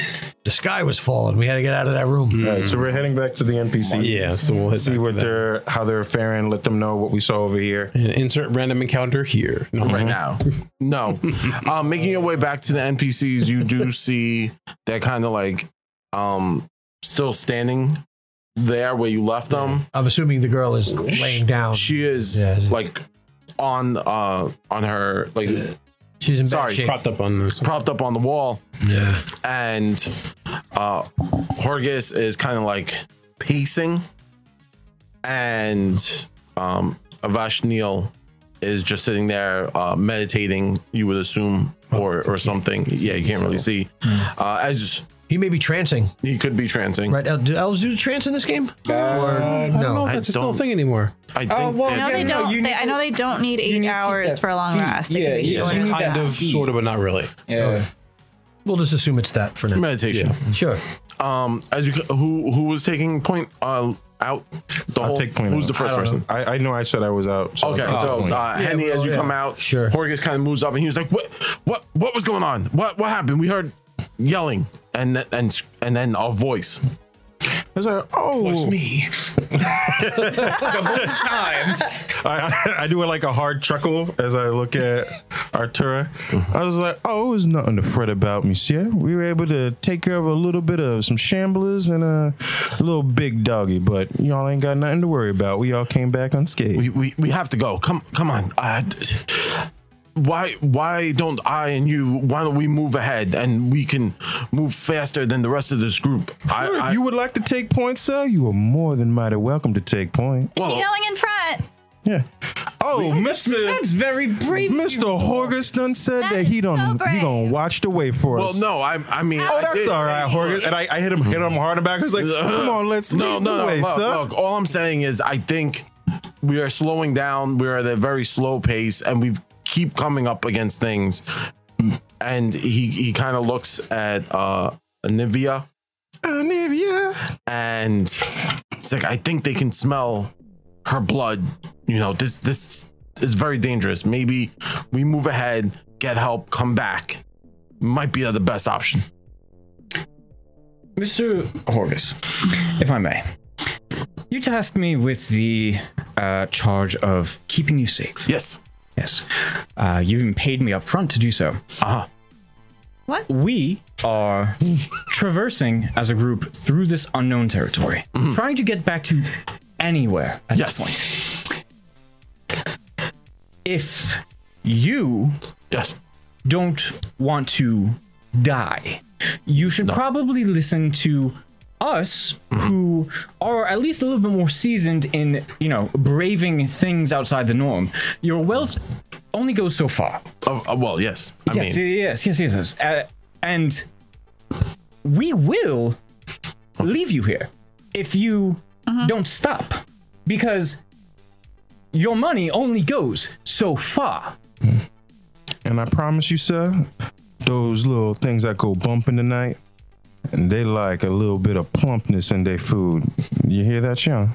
the sky was falling. We had to get out of that room. All right, so we're heading back to the NPCs. Yeah, so we'll hit see back to what that. they're how they're faring. Let them know what we saw over here. And insert random encounter here. Uh-huh. No, right now. No. um, making your way back to the NPCs, you do see they're kind of like um still standing there where you left them. I'm assuming the girl is laying down. She is Um, Yeah. like on uh on her like She's in bad Sorry, shape. propped up on this. propped up on the wall Yeah. and uh Horgus is kind of like pacing and um Avashneel is just sitting there uh meditating you would assume or or something yeah you can't really see uh as He may be trancing. he could be trancing Right? El- Do elves do trance in this game? or Uh, I don't know no? if I that's a still don't- thing anymore. I think well, that- I know Yeah, they no, don't. you they, need I know to- they don't need you eight need to hours get for a long feet. rest. It Yeah, could be yeah. shorter. You need Kind that of, heat. sort of, but not really. Yeah. We'll just assume it's that for now. meditation. Sure. Um, as you who who was taking point uh out the whole take point who's out. the first I don't person. I, I know I said I was out. So Okay, I'll- so uh, Henny, well, as you yeah. come out, Sure. Horgus kind of moves up, and he was like, "What? What? What was going on? What? What happened? We heard yelling, and th- and s- and then a voice. I was like, oh, me. the whole time. I, I do like a hard chuckle as I look at Artura. I was like, oh, it was nothing to fret about, monsieur. We were able to take care of a little bit of some shamblers and a little big doggy, but y'all ain't got nothing to worry about. We all came back unscathed. We we, we have to go. Come come on. Uh, d- why why don't I and you? Why don't we move ahead and we can move faster than the rest of this group? I, Sure, I- if you would like to take point, sir, you are more than mighty welcome to take point. well, Yelling in front. Yeah. Oh, Mister That's very brave. Mister Horgus done said That that, he is don't so he brave. gonna watch the way for well, us. no. I I mean, Oh, I that's did- all right, Horgus. And I, I hit him hit him hard in the back. I was like, Uh, come on, let's no, lead no, the no. way, look, sir. look, all I'm saying is I think we are slowing down. We're at a very slow pace, and we keep coming up against things. And he he kind of looks at uh Nivea, Anivia. and it's like I think they can smell her blood. You know, this this is very dangerous. Maybe we move ahead, get help, come back. Might be the best option. Mr. Horgus, if I may, you tasked me with the uh, charge of keeping you safe. Yes. Yes. Uh, you even paid me up front to do so. Uh-huh. What? We are traversing as a group through this unknown territory, trying to get back to anywhere at Yes. this point. If you Yes. don't want to die, you should probably listen to us who are at least a little bit more seasoned in, you know, braving things outside the norm. Your wealth only goes so far. Oh, oh, well, yes. I yes, mean, yes, yes, yes, yes. Uh, and we will leave you here if you Mm-hmm. don't stop because your money only goes so far. And I promise you, sir, those little things that go bump in the night, and they like a little bit of plumpness in their food. You hear that, Sean?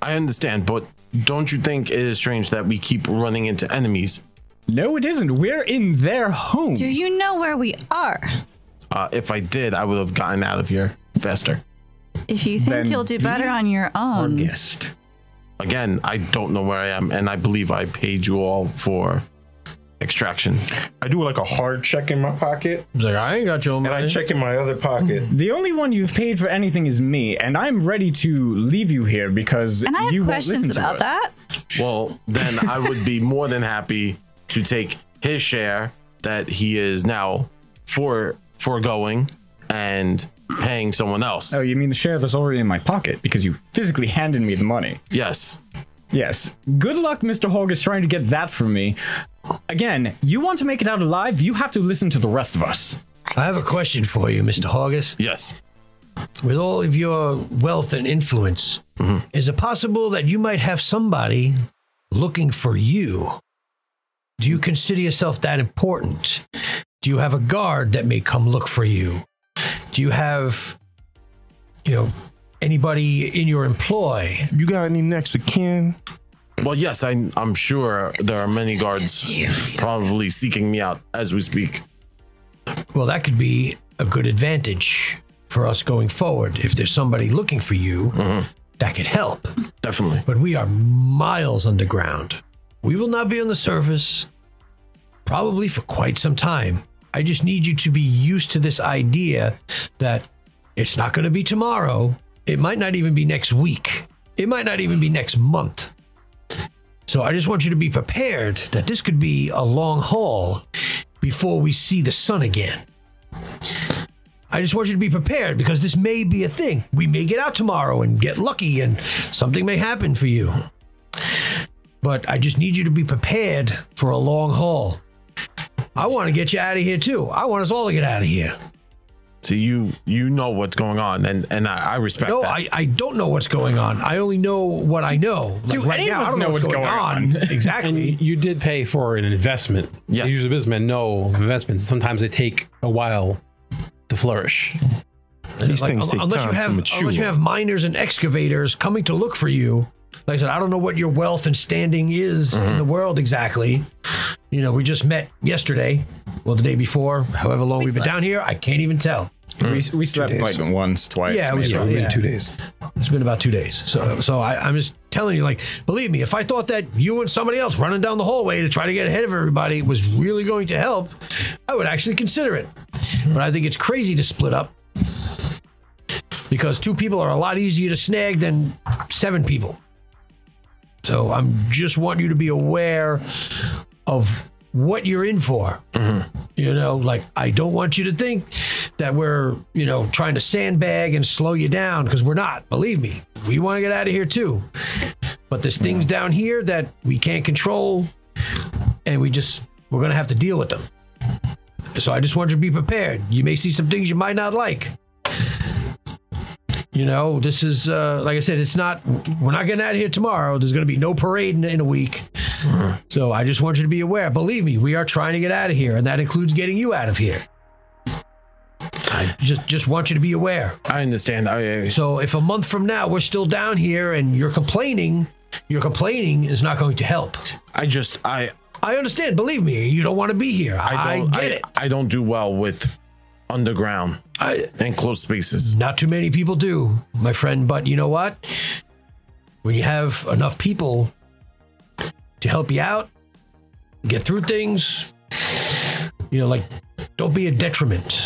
I understand, but don't you think it is strange that we keep running into enemies? No, it isn't. We're in their home. Do you know where we are? Uh, if I did, I would have gotten out of here faster. If you think Then you'll do better on your own, August. Again, I don't know where I am, and I believe I paid you all for extraction. I do like a hard check in my pocket, He's like, I ain't got your and I money. check in my other pocket. The only one you've paid for anything is me, and I'm ready to leave you here because and I have you won't listen questions to about us. that. Well, then I would be more than happy to take his share that he is now for foregoing and paying someone else. Oh, you mean the share that's already in my pocket because you physically handed me the money? Yes. Yes. Good luck, Mr. Hogg is trying to get that from me. Again, you want to make it out alive, you have to listen to the rest of us. I have a question for you, Mr. Hoggis. Yes. With all of your wealth and influence, is it possible that you might have somebody looking for you? Do you consider yourself that important? Do you have a guard that may come look for you? Do you have, you know, anybody in your employ? You got any next of kin? Well, yes, I, I'm sure there are many guards probably seeking me out as we speak. Well, that could be a good advantage for us going forward. If there's somebody looking for you, that could help. Definitely. but we are miles underground. We will not be on the surface, probably for quite some time. I just need you to be used to this idea that it's not going to be tomorrow. It might not even be next week. It might not even be next month. So I just want you to be prepared that this could be a long haul before we see the sun again. I just want you to be prepared because this may be a thing. We may get out tomorrow and get lucky and something may happen for you. But I just need you to be prepared for a long haul. I want to get you out of here too. I want us all to get out of here. So you you know what's going on, and and I, I respect No, that. I, I don't know what's going on. I only know what I know. Like do right any of now, I us don't know what's going exactly. And you did pay for an investment. Yes. Usually businessmen know of investments. Sometimes they take a while to flourish. These Like, things un- take unless time you have, to mature. Unless you have miners and excavators coming to look for you. Like I said, I don't know what your wealth and standing is Mm-hmm. in the world exactly. You know, we just met yesterday, well, the day before, however long we have been down here. I can't even tell. We, we slept like once, twice. Yeah, it was maybe. yeah, yeah. two days. It's been about two days. So, so I, I'm just telling you, like, believe me, if I thought that you and somebody else running down the hallway to try to get ahead of everybody was really going to help, I would actually consider it. But I think it's crazy to split up because two people are a lot easier to snag than seven people. So I'm just want you to be aware of what you're in for. You know, like I don't want you to think that we're, you know, trying to sandbag and slow you down because we're not. Believe me, we want to get out of here too. But there's things down here that we can't control and we just, we're going to have to deal with them. So I just want you to be prepared. You may see some things you might not like. You know, this is, uh, like I said, it's not, we're not getting out of here tomorrow. There's going to be no parade in, in a week. So I just want you to be aware. Believe me, we are trying to get out of here, and that includes getting you out of here. I just just want you to be aware. I understand. I, I- So if a month from now we're still down here and you're complaining, your complaining is not going to help. I just I I understand. Believe me, you don't want to be here. I, I don't get it. I don't do well with underground I, and closed spaces. not too many people do, my friend. But you know what? When you have enough people to help you out, get through things, you know, like don't be a detriment,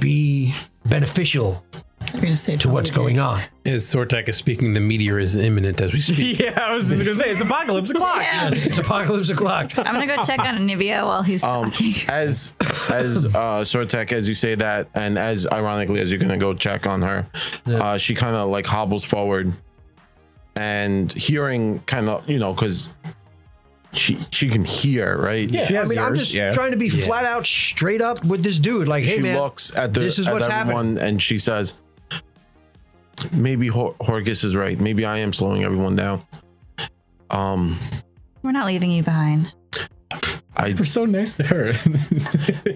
be beneficial We're gonna say to what's going on. As Sortek is speaking, the meteor is imminent as we speak. Yeah, I was just gonna say it's apocalypse o'clock. It's apocalypse o'clock. I'm gonna go check on Nivea while he's Um, talking. as as uh, Sortek, as you say that, and as ironically as you're gonna go check on her, uh, she kind of like hobbles forward, and hearing kind of you know because she she can hear right. Yeah, I mean, I'm just trying to be flat out, straight up with this dude. Like, hey she man, looks at the this is at what's everyone and she says, "Maybe Hor- Horgus is right. Maybe I am slowing everyone down. Um, We're not leaving you behind. I We're so nice to her.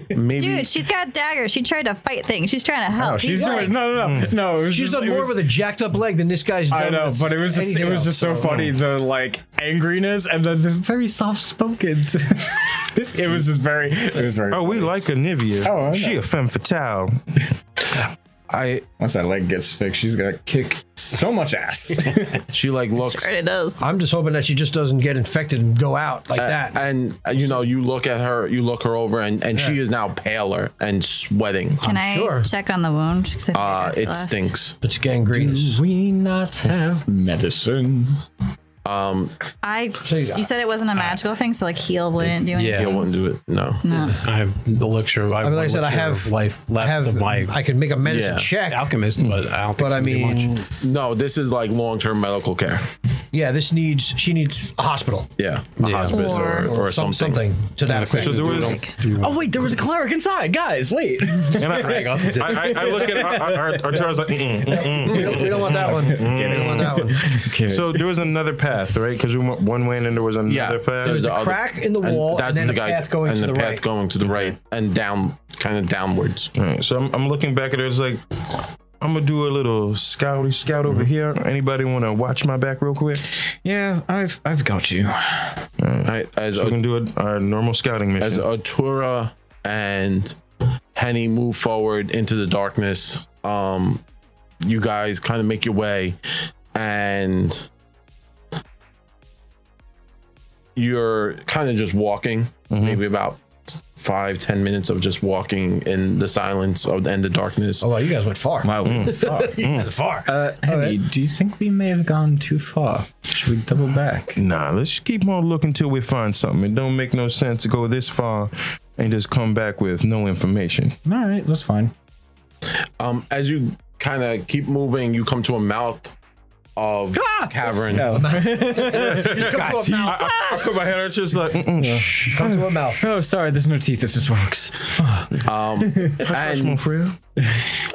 maybe Dude, she's got daggers. She tried to fight things. She's trying to help. oh, she's He's doing like- no, no, no, no. it was She's just- done it more was- with a jacked up leg than this guy's done. I know, with but it was just anything it was else, just so funny the like angriness and then the very soft spoken. it was just very. It was very. Oh, we like Anivia. Oh, I know. she a femme fatale. I Once that leg gets fixed, she's gonna kick so much ass. she like looks." Sure it is. I'm just hoping that she just doesn't get infected and go out like that. And uh, you know, you look at her, you look her over, and, and she is now paler and sweating. Can i sure. check on the wound? 'Cause I think I Uh, asked it last. stinks. It's gangrenous. we not have medicine? Um, I you- you said it wasn't a magical thing, so like heal wouldn't do anything. yeah. I wouldn't do it. No. No. I have the luxury. I, have I mean, like I one said, I elixir have of life I left of have. my I can make a medicine Yeah. check, alchemist, but I don't think. but I it's gonna do much. mean, No, this is like long term medical care. yeah, this needs. She needs a hospital Yeah. A Yeah. hospice or, Or- or, some- something. something to that effect. So there was, Oh wait, there was a cleric inside, guys. Wait. and I, off the- I, I, I look at I- I- I- Artura's like, mm, mm-mm, mm-mm. we, don't, we don't want that one. We don't want that one. Mm. so there was another path, right? Because we went one way and then there was another Yeah. path. There's There's a other- crack in the And wall, and, that's then the a guy. path going and to the, the, path right. going to the right and down, kind of downwards. All right, so I'm, I'm looking back at it. It's like I'm gonna do a little scouty scout over here. Mm-hmm. Anybody want to watch my back real quick? Yeah, I've I've got you. Right, as We a can do a, our normal scouting as mission. Atura and Henny move forward into the darkness, um, you guys kind of make your way, and you're kind of just walking, maybe about five, ten minutes of just walking in the silence of and the darkness. Oh, wow, you guys went far. My Mm. you guys are far. Uh, Henny, do you think we may have gone too far? Should we double back? nah, let's just keep on looking till we find something. It don't make no sense to go this far and just come back with no information. All right, that's fine. Um, as you kind of keep moving, you come to a mouth of cavern. Come to a mouth. I, I put my head out, just like mm-mm, Come to a mouth. Oh, sorry, there's no teeth. This just works. And my friend.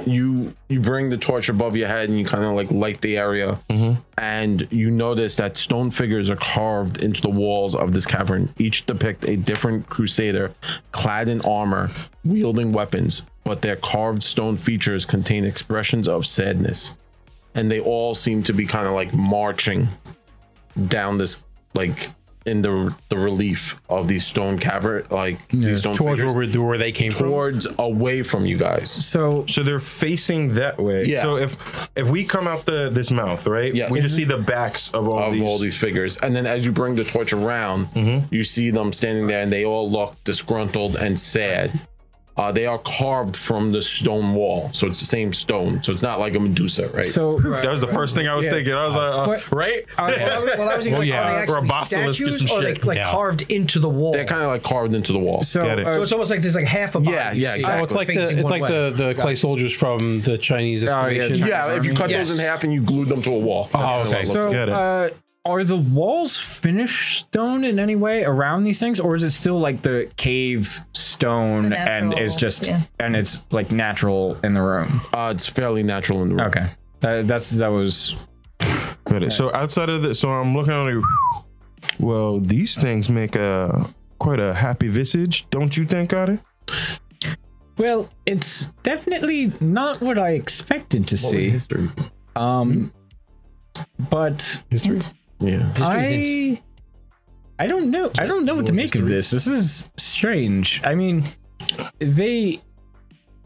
you you bring the torch above your head and you kind of like light the area Mm-hmm. and you notice that stone figures are carved into the walls of this cavern each depict a different crusader clad in armor wielding weapons but their carved stone features contain expressions of sadness and they all seem to be kind of like marching down this like in the the relief of these stone cavern like these stone towards where, figures we're, where they came from. towards away from you guys So So they're facing that way. Yeah. So if if we come out the this mouth, right? Yes. We just see the backs of all of these. all these figures. And then as you bring the torch around, you see them standing there and they all look disgruntled and sad. Uh, they are carved from the stone wall. So it's the same stone. So it's not like a Medusa, right? so that was the first thing I was thinking. I was like, uh, right? Well, I was thinking, like, yeah. are they Or a actually basilisk or some statues, or they shit. like Yeah. carved into the wall? They're kind of like carved into the wall. so Get it. So uh, it's almost like there's like half a body. Yeah, yeah, facing- exactly. Oh, it's like the facing it's one like way. the, the clay soldiers from the Chinese excavation. yeah, if you cut Yes. those in half and you glued them to a wall. That's kinda okay. what it looks so get it. uh, are the walls finished stone in any way around these things, or is it still like the cave stone The natural, and it's just yeah. and it's like natural in the room? like. Uh, it's fairly natural in the room. Okay, that, that's that was Got it. So outside of this, so I'm looking at it. Well, these things make a quite a happy visage, don't you think, Otter? Well, it's definitely not what I expected to see. History. Um, Hmm? but Yeah. I, I don't know. I don't know what to make of this. This is strange. I mean, they.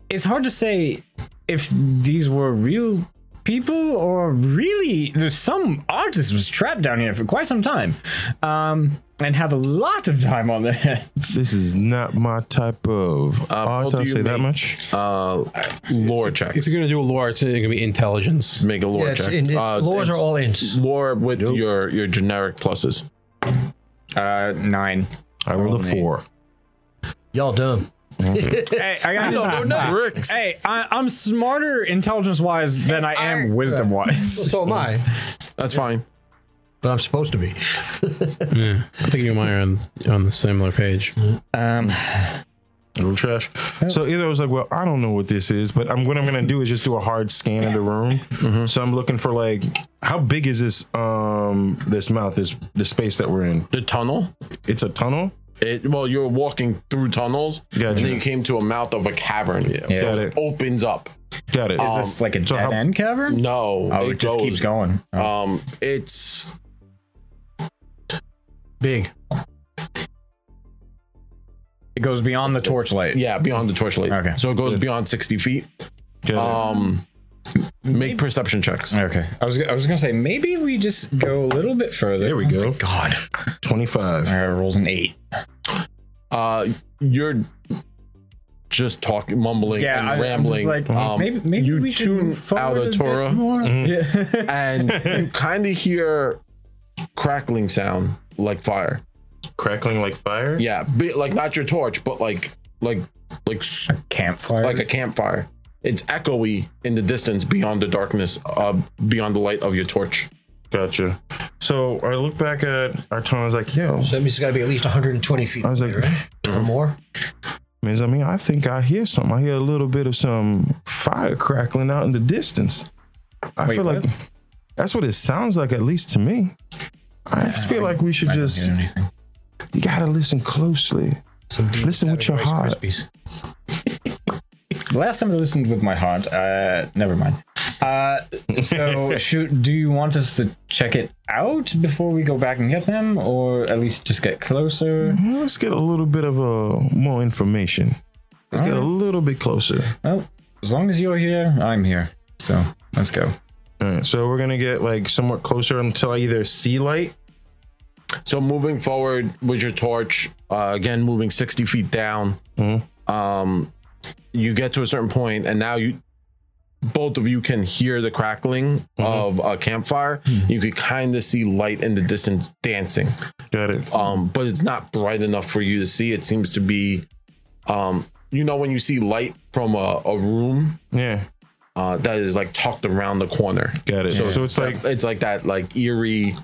It's hard to say if these were real people or really there's some artist was trapped down here for quite some time, um, and had a lot of time on their hands. This is not my type of art. do I'll you say that make- much. Uh, lore check. If you're gonna do a lore, it's gonna be intelligence. Make a lore Yeah, it's, check. in, it's, Uh, laws are it's all in. lore with your your generic pluses. Uh, nine. I rolled a man. four. Y'all dumb. Hey, I got don't know Bricks. Hey, I, I'm smarter intelligence wise than I am wisdom wise. So am I, That's fine. but I'm supposed to be. Yeah. I think you and I are on, on the similar page. Um, Little trash. So either I was like, well, I don't know what this is, but I'm what I'm gonna do is just do a hard scan of the room. So I'm looking for like, how big is this um this mouth? This the space that we're in? The tunnel It's a tunnel. It, well, you're walking through tunnels, and Gotcha. then you came to a mouth of a cavern. So Got it it. opens up. Got it. Is Oh, this like a so dead how- end cavern? No, Oh, it just keeps going. Oh. Um, it's Big. it goes beyond the torchlight. yeah beyond the torchlight. Okay. so it goes beyond sixty feet. Got it. Um, make perception checks. Okay. I was I was gonna say maybe we just go a little bit further. there we go. God, twenty-five. All right, rolls an eight. Uh, you're just talking, mumbling, Yeah, I- I'm and just rambling. like, um, maybe maybe you we should tune move forward out a of Mm-hmm. bit Torah. more. Yeah. and you kind of hear crackling sound like fire. Crackling like fire? Yeah, be, like not your torch, but like like like s- Campfire. like a campfire. It's echoey in the distance beyond the darkness, uh, beyond the light of your torch. Gotcha. So I look back at Artona, I was like, yo. So that means it's got to be at least 120 feet I was away, like- right? or more. Means I mean, I think I hear something. I hear a little bit of some fire crackling out in the distance. I feel like that's what it sounds like, at least to me. I feel like we should just you gotta listen closely. Listen with your heart. Last time I listened with my heart. Uh, never mind. Uh, so should, do you want us to check it out before we go back and get them, or at least just get closer? Well, Let's get a little bit of uh, more information. Let's get a little bit closer. Well, as long as you're here, I'm here. So let's go. All right, so we're gonna get like somewhat closer until I either see light. So moving forward with your torch, uh, again moving sixty feet down, um, you get to a certain point, and now you, both of you can hear the crackling of a campfire. You could kind of see light in the distance dancing, Got it. um, but it's not bright enough for you to see. It seems to be, um, you know, when you see light from a, a room Yeah, uh, that is like tucked around the corner. got it. So, it's like it's like that like eerie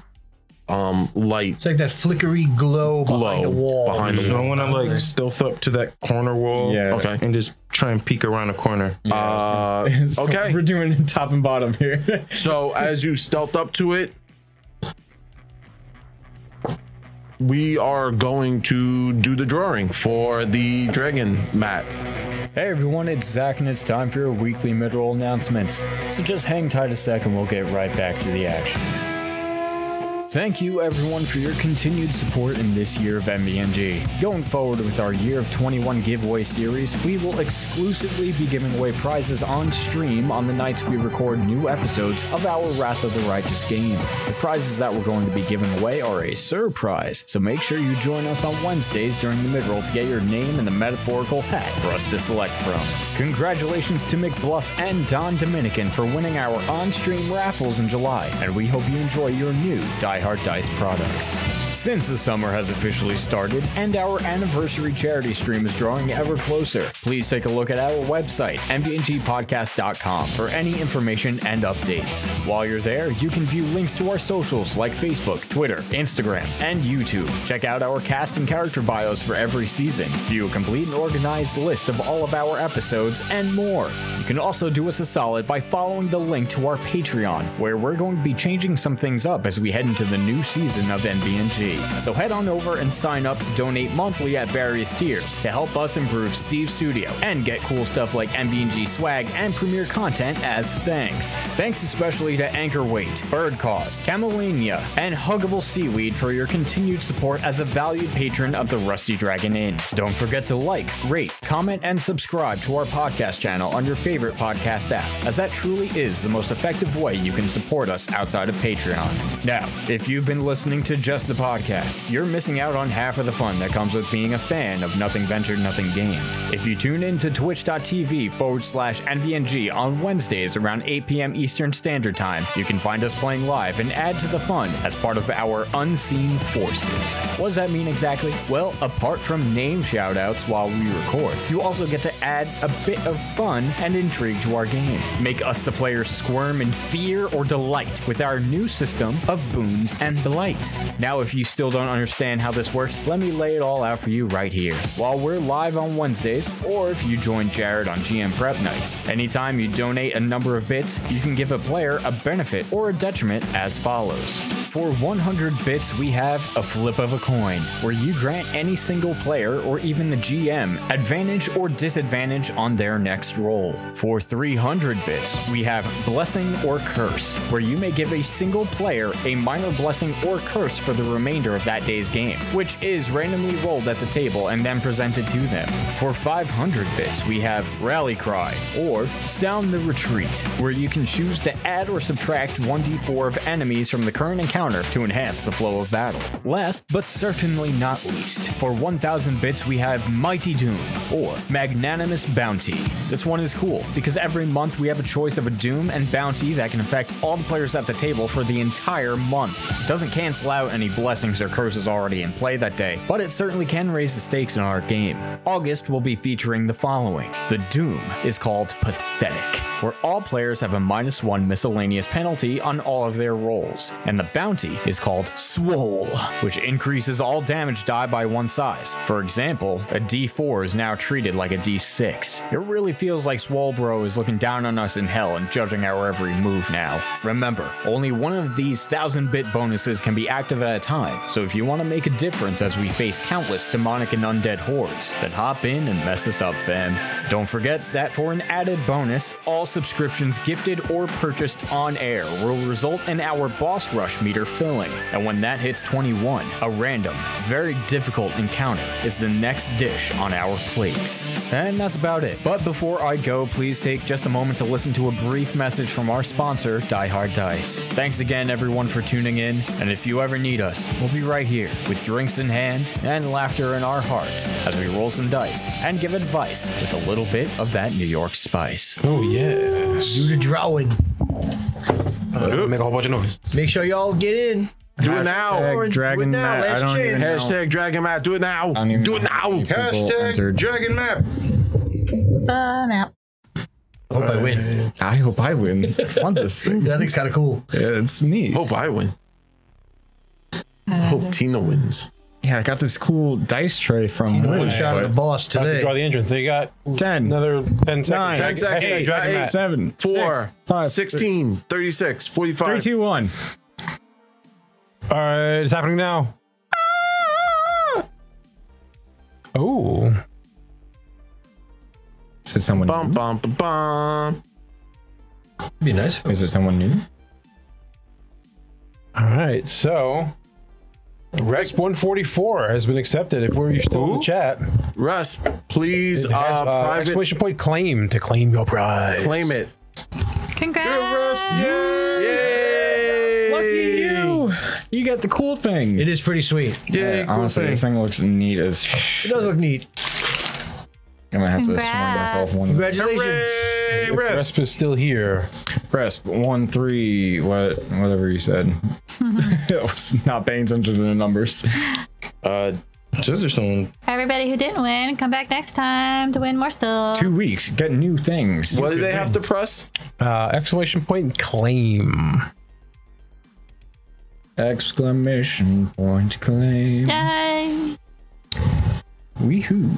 um light It's like that flickery glow, behind Glow a wall. behind the so I want to like stealth up to that corner wall. Yeah. Okay. and just try and peek around the corner. Uh, So okay. We're doing top and bottom here. So as you stealth up to it, we are going to do the drawing for the dragon mat. Hey everyone, it's Zach, and it's time for your weekly mid-roll announcements. So just hang tight a sec, and we'll get right back to the action. Thank you everyone for your continued support in this year of MBNG. Going forward with our Year of 21 giveaway series, we will exclusively be giving away prizes on stream on the nights we record new episodes of our Wrath of the Righteous game. The prizes that we're going to be giving away are a surprise, so make sure you join us on Wednesdays during the midroll to get your name and the metaphorical hat for us to select from. Congratulations to McBluff and Don Dominican for winning our on-stream raffles in July, and we hope you enjoy your new Die Hard Dice products. Since the summer has officially started and our anniversary charity stream is drawing ever closer, please take a look at our website, mdngpodcast.com, for any information and updates. While you're there, you can view links to our socials like Facebook, Twitter, Instagram, and YouTube. Check out our cast and character bios for every season, view a complete and organized list of all of our episodes, and more. You can also do us a solid by following the link to our Patreon, where we're going to be changing some things up as we head into the new season of NBNG. So head on over and sign up to donate monthly at various tiers to help us improve Steve's studio and get cool stuff like NBNG swag and premiere content as thanks. Thanks especially to Anchor Weight, Bird Cause, Camelania, and Huggable Seaweed for your continued support as a valued patron of the Rusty Dragon Inn. Don't forget to like, rate, comment, and subscribe to our podcast channel on your favorite podcast app, as that truly is the most effective way you can support us outside of Patreon. Now, if you've been listening to just the podcast, you're missing out on half of the fun that comes with being a fan of Nothing Ventured, Nothing Gained. If you tune in to twitch.tv forward slash NVNG on Wednesdays around 8 p.m. Eastern Standard Time, you can find us playing live and add to the fun as part of our Unseen Forces. What does that mean exactly? Well, apart from name shoutouts while we record, you also get to add a bit of fun and intrigue to our game. Make us the players squirm in fear or delight with our new system of boons and blights. Now, if you still don't understand how this works, let me lay it all out for you right here. While we're live on Wednesdays, or if you join Jared on GM Prep Nights, anytime you donate a number of bits, you can give a player a benefit or a detriment as follows. For 100 bits, we have a flip of a coin, where you grant any single player or even the GM advantage or disadvantage on their next roll. For 300 bits, we have blessing or curse, where you may give a single player a minor blessing or curse for the remainder of that day's game, which is randomly rolled at the table and then presented to them. For 500 bits, we have rally cry or sound the retreat, where you can choose to add or subtract 1d4 of enemies from the current encounter to enhance the flow of battle. Last, but certainly not least, for 1000 bits we have Mighty Doom or Magnanimous Bounty. This one is cool because every month we have a choice of a doom and bounty that can affect all the players at the table for the entire month. Doesn't cancel out any blessings or curses already in play that day, but it certainly can raise the stakes in our game. August will be featuring the following. The Doom is called Pathetic, where all players have a minus one miscellaneous penalty on all of their rolls, and the bounty is called Swole, which increases all damage die by one size. For example, a D4 is now treated like a D6. It really feels like Swole Bro is looking down on us in hell and judging our every move now. Remember, only one of these 1000 bit bonuses can be active at a time, so if you want to make a difference as we face countless demonic and undead hordes, then hop in and mess us up, fam. Don't forget that for an added bonus, all subscriptions gifted or purchased on air will result in our boss rush meter filling, and when that hits 21, a random, very difficult encounter is the next dish on our plates. And that's about it. But before I go, please take just a moment to listen to a brief message from our sponsor, Die Hard Dice. Thanks again, everyone, for tuning in. And if you ever need us, we'll be right here with drinks in hand and laughter in our hearts as we roll some dice and give advice with a little bit of that New York spice. Oh yeah. Do the drawing. Make a Uh, whole bunch of noise. Make sure y'all get in. Do it now. Orange, Dragon do it now, Matt, I last don't even chance. know. Hashtag Dragon Matt. Do it now. don't even Do it know how now. many people Hashtag entered. Dragon Map. Burn out. Hope I win. I hope I win. I want this thing. That thing's kind of cool. It's neat. Hope I win. Hope Tina wins. Yeah, I got this cool dice tray from One Wish. shot at the boss today. Draw the entrance. So you got 10, another 10 seconds. Nine. Hashtag Exactly. Dragon Eight. Matt. Eight. 7, Four, six, five, 16, 36, 45. three, two, one. All right, it's happening now. Ah! Oh, Is it someone Bum, new? bum, bum, bum. Be nice. Is it someone new? all right. So, Rex 144 has been accepted. If we're still in the chat, Russ, please uh, Have, uh, private exclamation point claim to claim your prize. claim it. Congrats. Yay! you! You got the cool thing. It is pretty sweet. Yay, cool Honestly, thing. this thing looks neat as It shit. does look neat. I'm gonna have to swing Congrats. myself one. Congratulations. Hey, rest. Resp is still here. Press one, three, what, whatever you said. I was not paying attention to the numbers. Uh, Scissorstone. Everybody who didn't win, come back next time to win more stuff. Two weeks, get new things. what do they have to press? Uh, exclamation point claim. Exclamation point claim. Yay. Weehoo.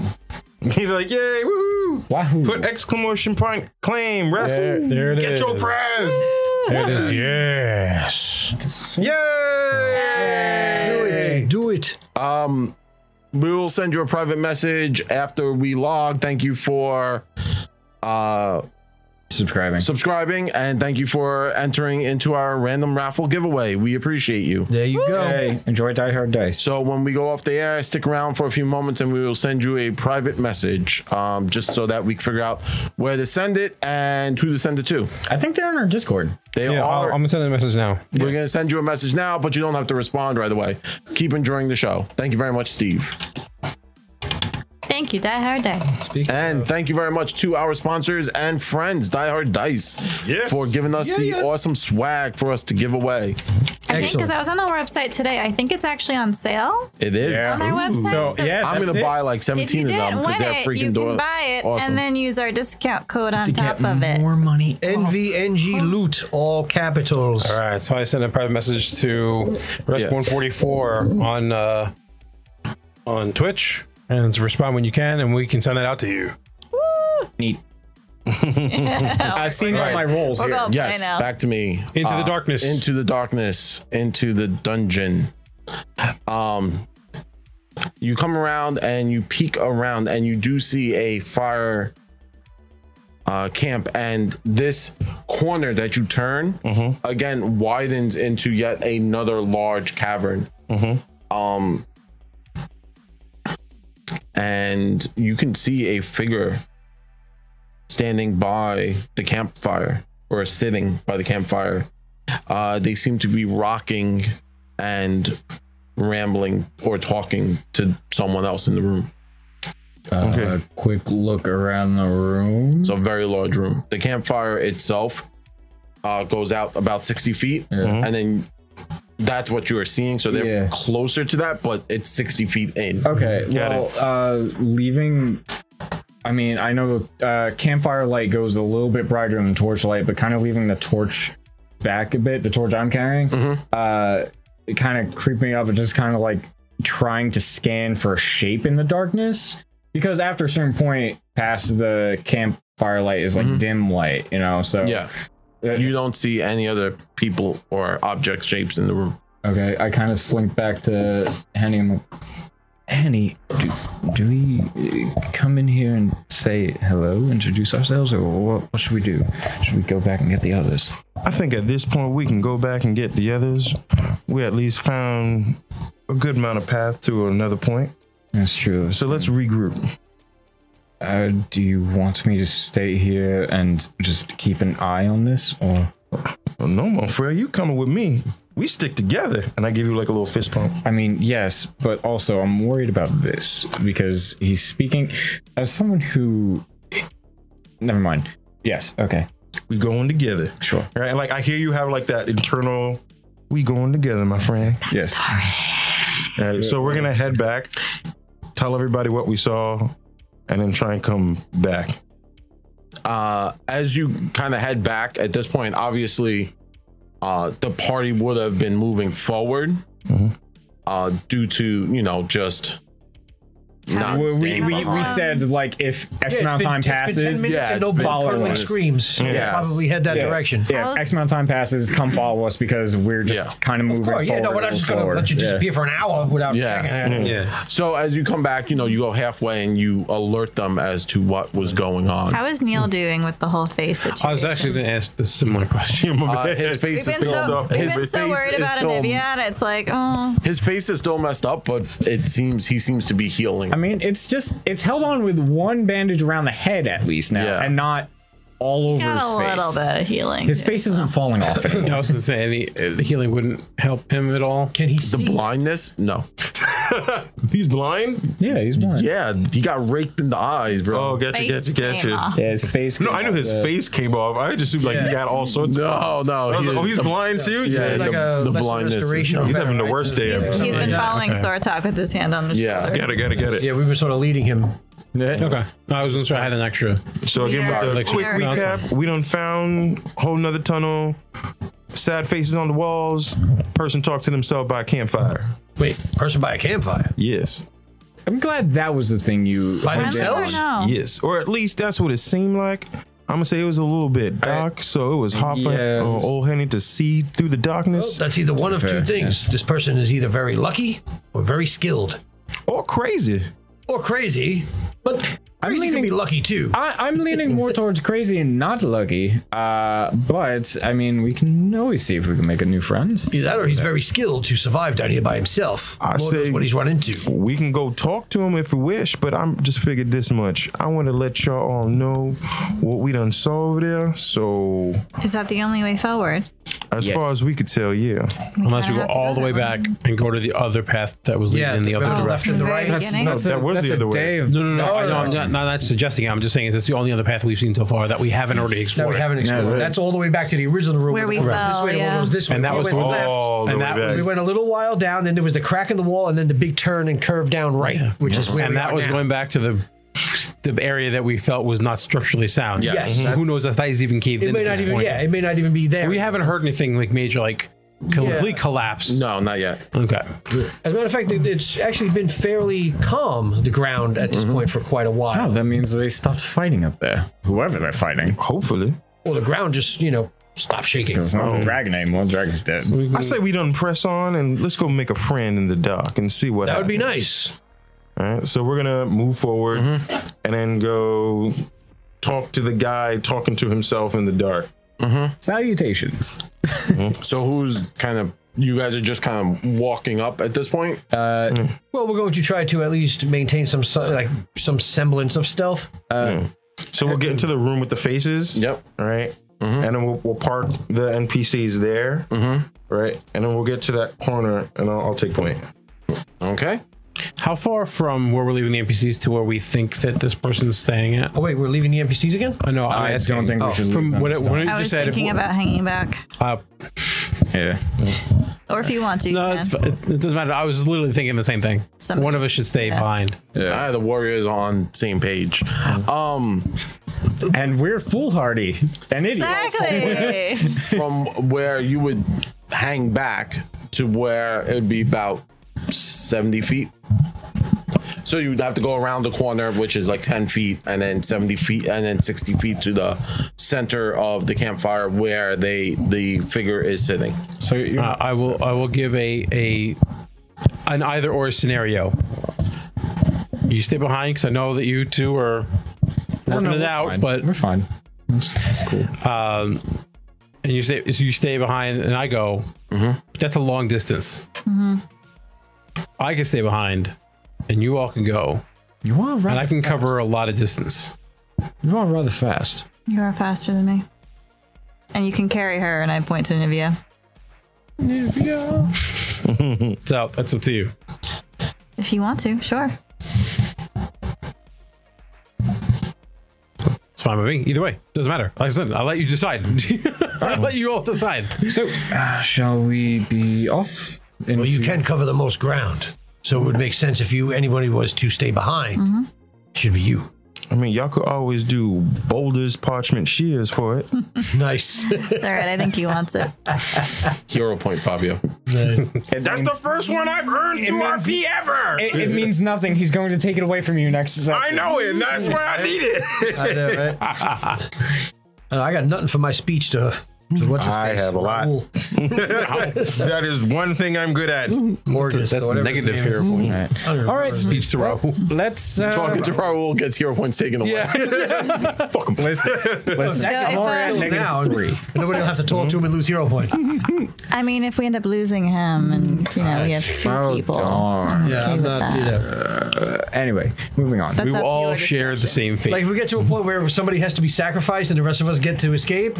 He's like, yay, woohoo! Wahoo. Put exclamation point, claim, rest. There, there it Get is. your prize! There it is. Yes. Yay! Do it. Um, we will send you a private message after we log. Thank you for uh Subscribing. subscribing and thank you for entering into our random raffle giveaway. We appreciate you. There you go. Hey, enjoy Die Hard Dice. So when we go off the air, stick around for a few moments and we will send you a private message um, just so that we can figure out where to send it and who to send it to. I think they're on our Discord. They Yeah, I'll, are. I'm gonna send a message now. We're going to send you a message now, but you don't have to respond right away. Keep enjoying the show. Thank you very much, Steve. Thank you, Die Hard Dice. And thank you very much to our sponsors and friends, Die Hard Dice, Yes. for giving us the awesome swag for us to give away. I think because Excellent. I was on their website today, I think it's actually on sale It is. on their website. So yeah, I'm that's going to it. buy like if you 17 of them didn't because win they're it, you freaking can dope. buy it awesome. and then use our discount code on Get top of it. more money. NVNG loot, all capitals. All right, so I sent a private message to Rest Yeah. 144 on uh, on Twitch, and to respond when you can, and we can send that out to you. I've seen all my rolls We're here. going Yes, play now. back to me. Uh, Into the darkness. Into the darkness, into the dungeon. Um, you come around and you peek around and you do see a fire uh, camp, and this corner that you turn Mm-hmm. again widens into yet another large cavern. Mm-hmm. Um, and you can see a figure standing by the campfire or sitting by the campfire. Uh, they seem to be rocking and rambling or talking to someone else in the room. Uh, Quick look around the room. It's a very large room. The campfire itself uh, goes out about 60 feet and then That's what you are seeing. So they're Yeah. closer to that, but it's 60 feet in. Oh. Okay, Got well, uh, leaving. I mean, I know uh, campfire light goes a little bit brighter than torchlight, but kind of leaving the torch back a bit, the torch I'm carrying, uh, it kind of creeped me up and just kind of like trying to scan for a shape in the darkness. Because after a certain point, past the campfire light is like dim light, you know? So, Yeah. You don't see any other people or object shapes in the room. Okay, I kind of slink back to Henny. I'm like, Henny, do, do we uh, come in here and say hello, introduce ourselves, or what, what should we do? Should we go back and get the others? I think at this point we can go back and get the others. We at least found a good amount of path to another point. That's true. So let's regroup. Uh, do you want me to stay here and just keep an eye on this, or? Well, Oh, no, my friend, you coming with me. We stick together. And I give you like a little fist pump. I mean, yes, but also I'm worried about this because he's speaking as someone who. Never mind. Yes. Okay. We going together. Sure. Right? And like I hear you have like that internal we going together, my friend. Yes. Uh, so we're gonna head back, tell everybody what we saw, and then try and come back. uh, as you kind of head back at this point, obviously, uh, the party would have been moving forward uh, due to you know just not Well, we, staying we, we behind. said like if X Yeah, amount of it's been- time it's been passes, 10 minutes yeah, and it's no been totally totally- screams. Yeah. Probably head that Yeah. direction. yeah, X amount of time passes, come follow us because we're just Yeah. kind of moving Oh, forward. yeah, no, we're not a just little going to let you forward. Yeah. disappear for an hour without Yeah. checking it. Yeah. So as you come back, you know you go halfway and you alert them as to what was going on. How is Neil doing with the whole face situation? I was actually going to ask the similar question. Uh, his face We've is been still so, we've his been so face worried is about still- Anivia, and it's like, oh, His face is still messed up, but it seems he seems to be healing. I mean, it's just it's held on with one bandage around the head at least now, Yeah. and not all over got his a face. little bit of healing. His too. face isn't falling off anymore. I was going to say any uh, healing wouldn't help him at all. Can he the see? blindness? No. He's blind? yeah, he's blind. Yeah, he got raked in the eyes, bro. Oh, gotcha, Face gotcha, came gotcha. off. Yeah, his face. No, I knew his face came off. I just assumed like he got all sorts of No, no. I was he like, oh, is- he's blind too? Yeah, Like the, a the lesser blindness. is- restoration or He's better, having the right? worst day He's, ever. he's been following Sortok with his hand on his Yeah. shoulder. Gotta gotta get it. Yeah, we were sort of leading him. Okay. I was going to say I had an extra. So again, Yeah. with Like, the quick yeah. recap, we done found whole nother tunnel, sad faces on the walls, person talked to themselves by a campfire. Wait, person by a campfire. Yes. I'm glad that was the thing you. By I don't themselves? know. Yes. Or at least that's what it seemed like. I'm gonna say it was a little bit dark, so it was hard for Yes. uh, old Henny to see through the darkness That's either one of two things. This person is either very lucky or very skilled. or crazy. Or crazy. But crazy leaning- can be lucky too. I, I'm leaning more towards crazy and not lucky. Uh, but I mean, we can always see if we can make a new friend. Either that or he's very skilled to survive down here by himself. I Lord knows say- what he's run into. We can go talk to him if we wish, but I'm just figured this much. I want to let y'all all know what we done saw over there. So Is that the only way forward? as far as we could tell, yeah. Unless kinda you go have to all go the way that back and go to the other path that was leading in the other better direction. left and the From right. very beginning? that's- that was the other way. Of, No, no, no. I, no, I'm not, not, not suggesting. it. I'm just saying it's the only other path we've seen so far that we haven't already That explored. we haven't explored. right. That's all the way back to the original room. Where with we the fell, This way, the yeah. one that was this way. And that We was went the- left. All the And way that back. We went a little while down, then there was the crack in the wall, and then the big turn and curve down right, which is where and we that are was now. going back to the the area that we felt was not structurally sound. Yes. Yes, Who knows if that is even caved It in? may at not this even. point. Yeah, it may not even be there. We haven't heard anything like major, like complete Yeah. collapse. No, not yet. Okay. As a matter of fact, it- it's actually been fairly calm the ground at this point for quite a while. Oh, that means they stopped fighting up there. Whoever they're fighting. Hopefully, Well, the ground just you know stopped shaking. It's not the dragon anymore. The dragon's dead. I say we done press on and let's go make a friend in the dark and see what That would be happens. nice. Mm-hmm. All right, so we're gonna move forward and then go talk to the guy talking to himself in the dark. Salutations. So who's kind of you guys are just kind of walking up at this point? Well, we're going to try to at least maintain some se- like some semblance of stealth. So we'll get into the room with the faces. Yep. Mm-hmm. All right? And then we'll, we'll park the NPCs there. Right. And then we'll get to that corner and I'll, I'll take point. Okay. How far from where we're leaving the NPCs to where we think that this person's staying at? Oh wait, we're leaving the NPCs again. I know. I don't think we should leave From them what, it, this what it I just was said. if thinking we- about hanging back. uh, Yeah. Or if you want to, you No, can. it's, fi- it it doesn't matter. I was literally thinking the same thing. Somebody- One of us should stay behind. Ah, the warriors are on same page. Um, and we're foolhardy and idiots. exactly. from where you would hang back to where it would be about 70 feet. So you'd have to go around the corner, which is like 10 feet, and then 70 feet, and then 60 feet to the center of the campfire where they the figure is sitting. So you Uh, I will. I will give a a an either or scenario. You stay behind because I know that you two are working it out, but we're fine. um, and you stay so you stay behind, and I go. That's a long distance. I can stay behind, and you all can go, You are and rather, I can cover a lot of distance. you are rather fast. you are faster than me. And you can carry her, and I point to Nivea. So that's up to you. If you want to, sure. It's fine with me. Either way, doesn't matter. Like I said, I'll let you decide. I'll let you all decide. So uh, shall we be off? Well, you can cover the most ground, so it would make sense if you anybody was to stay behind. Should be you. I mean, y'all could always do boulders, parchment, shears for it. Nice. It's all right. I think he wants it. Hero point, Fabio. That's the first one I've earned It means- URP ever. It, it means nothing. He's going to take it away from you next. I know it. and That's why I need it. I know, right? And I got nothing for my speech to. to what's his I face? have a lot. Raoul that is one thing I'm good at. Morgus, or whatever his Negative name hero is. Mm. points. I don't All remember. right, Each to row. let's. Uh, Talking to Raul gets hero points taken away. Fuck 'em. Listen, listen. So if, Alright, um, negative Now, three. nobody will have to talk to him and lose hero points. uh, I mean, if we end up losing him, and you know, we have two oh, people. darn. Yeah, I'm not. You know, Anyway, moving on. That's We up to all your share the discretion. same fate. like if we get to a point where somebody has to be sacrificed and the rest of us get to escape,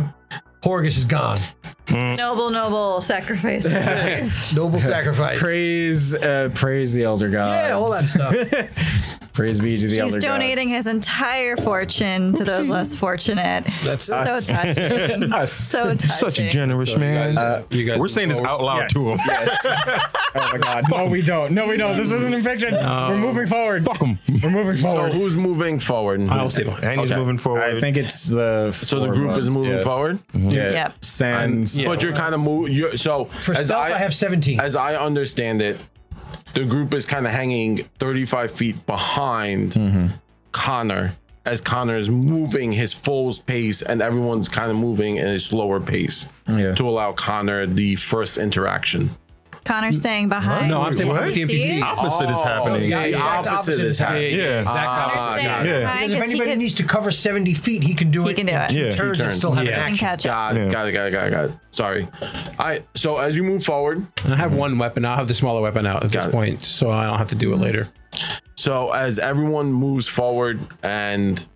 Horgus is gone. Noble, noble sacrifice. Noble sacrifice. Praise, uh, praise the elder god. Yeah, all that stuff. Praise be to the He's elder god. donating his entire fortune to those less fortunate. That's so touching. so touching. Such a generous man. Uh, you guys We're saying this out loud Yes. to him. Oh my god. No, we don't. No, we don't. This isn't in fiction. We're moving forward. Fuck him. We're moving So forward. who's moving forward? and who's- I'll stay behind. And he's Okay. moving forward. I think it's the. So the group is moving forward? Yeah. Yep. Sans. But you're kind of moving. You're, so For stealth, I have 17. As I understand it, the group is kind of hanging 35 feet behind Connor as Connor is moving his full pace and everyone's kind of moving in a slower pace Yeah. to allow Connor the first interaction. Connor's staying behind. No, I'm staying behind with the See? NPCs. opposite is happening. The Oh, yeah, the opposite opposite is is happening. Yeah. Exactly. Connor's staying got it. behind Because if 'cause he anybody can- needs to cover 70 feet, he can do it. he can do it. in Yeah. Turns Two and turns. still have an Yeah. And action. catch up. Got, got it, got it, got it, got it. Sorry. I so as you move forward, And I have one weapon. I'll have the smaller weapon out at Got it. this point, so I don't have to do it Mm-hmm. later. So as everyone moves forward and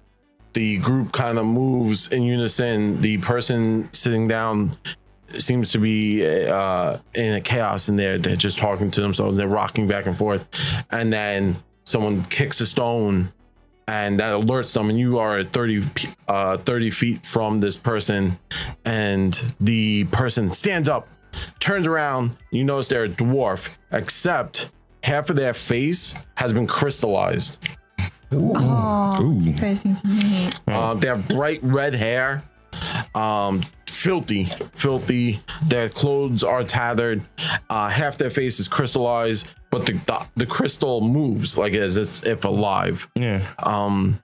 the group kind of moves in unison, the person sitting down seems to be uh, in a chaos in there. They're just talking to themselves. They're rocking back and forth, and then someone kicks a stone, and that alerts them. And you are at 30, p- uh, 30 feet from this person, and the person stands up, turns around. You notice they're a dwarf, except half of their face has been crystallized. Oh, crazy to me. Um, they have bright red hair, um, filthy, filthy. Their clothes are tattered. Uh, half their face is crystallized, but the, the the crystal moves like as if alive. Yeah. Um,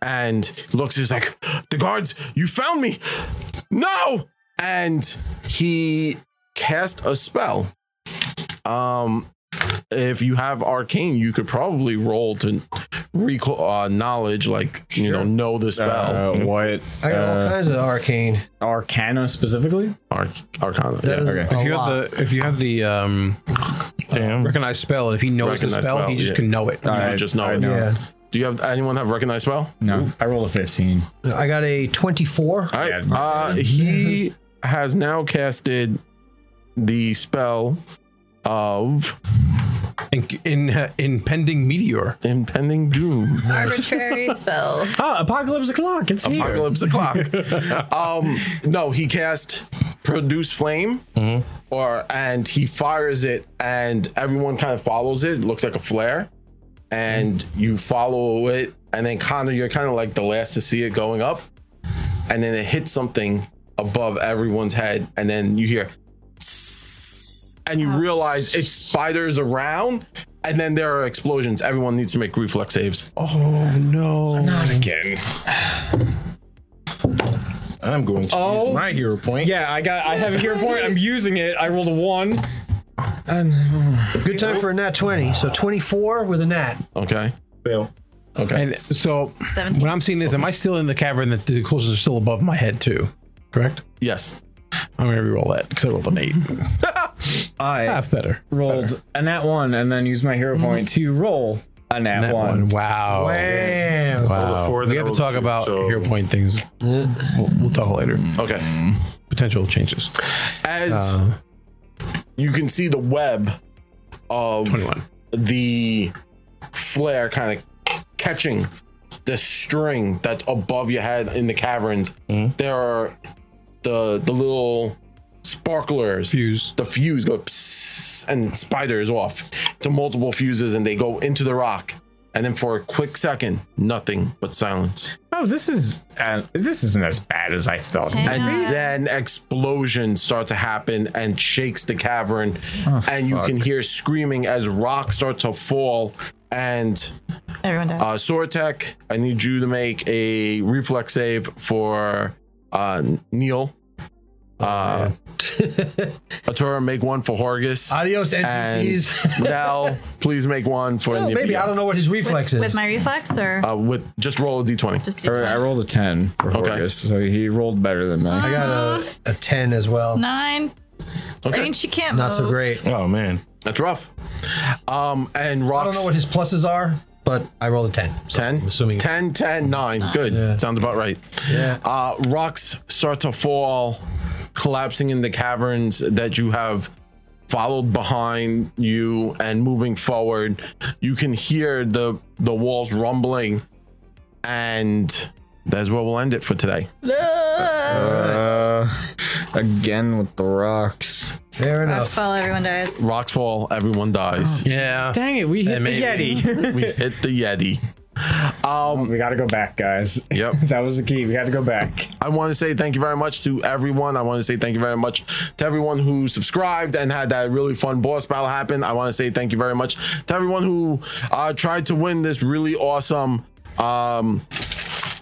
and looks is like the guards. You found me. No. And he cast a spell. Um, if you have arcane, you could probably roll to recall uh, knowledge, like you know, know the spell. Uh, what? I got all Uh, kinds of arcane. Arcana specifically? Arc- Arcana. yeah. That is okay. a If you lot. have the if you have the um, Damn. recognized spell, and if he knows the Recognized spell, spell, he just yeah. can know it. You I- just know. I it. know. yeah. Do you have anyone have recognized spell? No. I roll a 15. I got a 24. All right. Yeah. Uh, he has now casted the spell of in, in uh, impending meteor. Impending doom. Arbitrary spell. Oh, apocalypse o'clock. It's here. Apocalypse o'clock. um, no, he cast produce flame, Mm-hmm. or and he fires it, and everyone kind of follows it. It looks like a flare, and Mm-hmm. you follow it, and then Connor, you're kind of like the last to see it going up, and then it hits something above everyone's head, and then you hear, and you realize it's spiders around. And then there are explosions. Everyone needs to make reflex saves. again. I'm going to Oh. use my hero point. Yeah, I got. I have a hero point. I'm using it. I rolled a one. Good time for a nat 20. So 24 with a nat. Okay. Fail. Okay. And so 17. when I'm seeing this, am I still in the cavern that the closest is still above my head too? Correct? yes. I'm gonna re-roll that because I rolled an eight. I Half better. rolled a nat one and then used my hero point to roll a Mm-hmm. nat, That one. one. Wow. Damn. Wow. four, we then I have to rolled talk two, about so- hero point things. We'll, we'll talk later. Okay. Potential changes. as you can see the web of 21. the flare kind of catching the string that's above your head in the caverns there are the the little sparklers Fuse. the fuse go psst, and spider is off to multiple fuses and they go into the rock and then for a quick second nothing but silence Oh, this is uh, this isn't as bad as I thought. and then explosions start to happen and shakes the cavern and you can hear screaming as rocks start to fall and Everyone dies. uh Sortek, I need you to make a reflex save for uh Neil. Uh Atura, make one for Horgus. Adios, And NPCs. Nell, please make one for Well, Nibia. Oh, maybe I don't know what his reflex is. With my reflex or Oh. Uh, with just roll a d20. just All right, I rolled a ten for Okay. Horgus, so he rolled better than me. I got a, a 10 as well. nine. Okay. I mean, she can't Not so move. great. Oh man. That's rough. Um, and I rocks. don't know what his pluses are, but I rolled a 10. So 10 I'm assuming. 10 10 9 good sounds about right Yeah. uh rocks start to fall collapsing in the caverns that you have followed behind you and moving forward you can hear the the walls rumbling and that's where we'll end it for today Uh, again with the rocks. Fair Rocks enough. fall, everyone dies. rocks fall everyone dies Oh, Yeah. Dang it, we hit the maybe. Yeti. we hit the yeti um We got to go back, guys. yep That was the key. We had to go back. I want to say thank you very much to everyone. I want to say thank you very much to everyone who subscribed and had that really fun boss battle happen. I want to say thank you very much to everyone who uh, tried to win this really awesome. Um,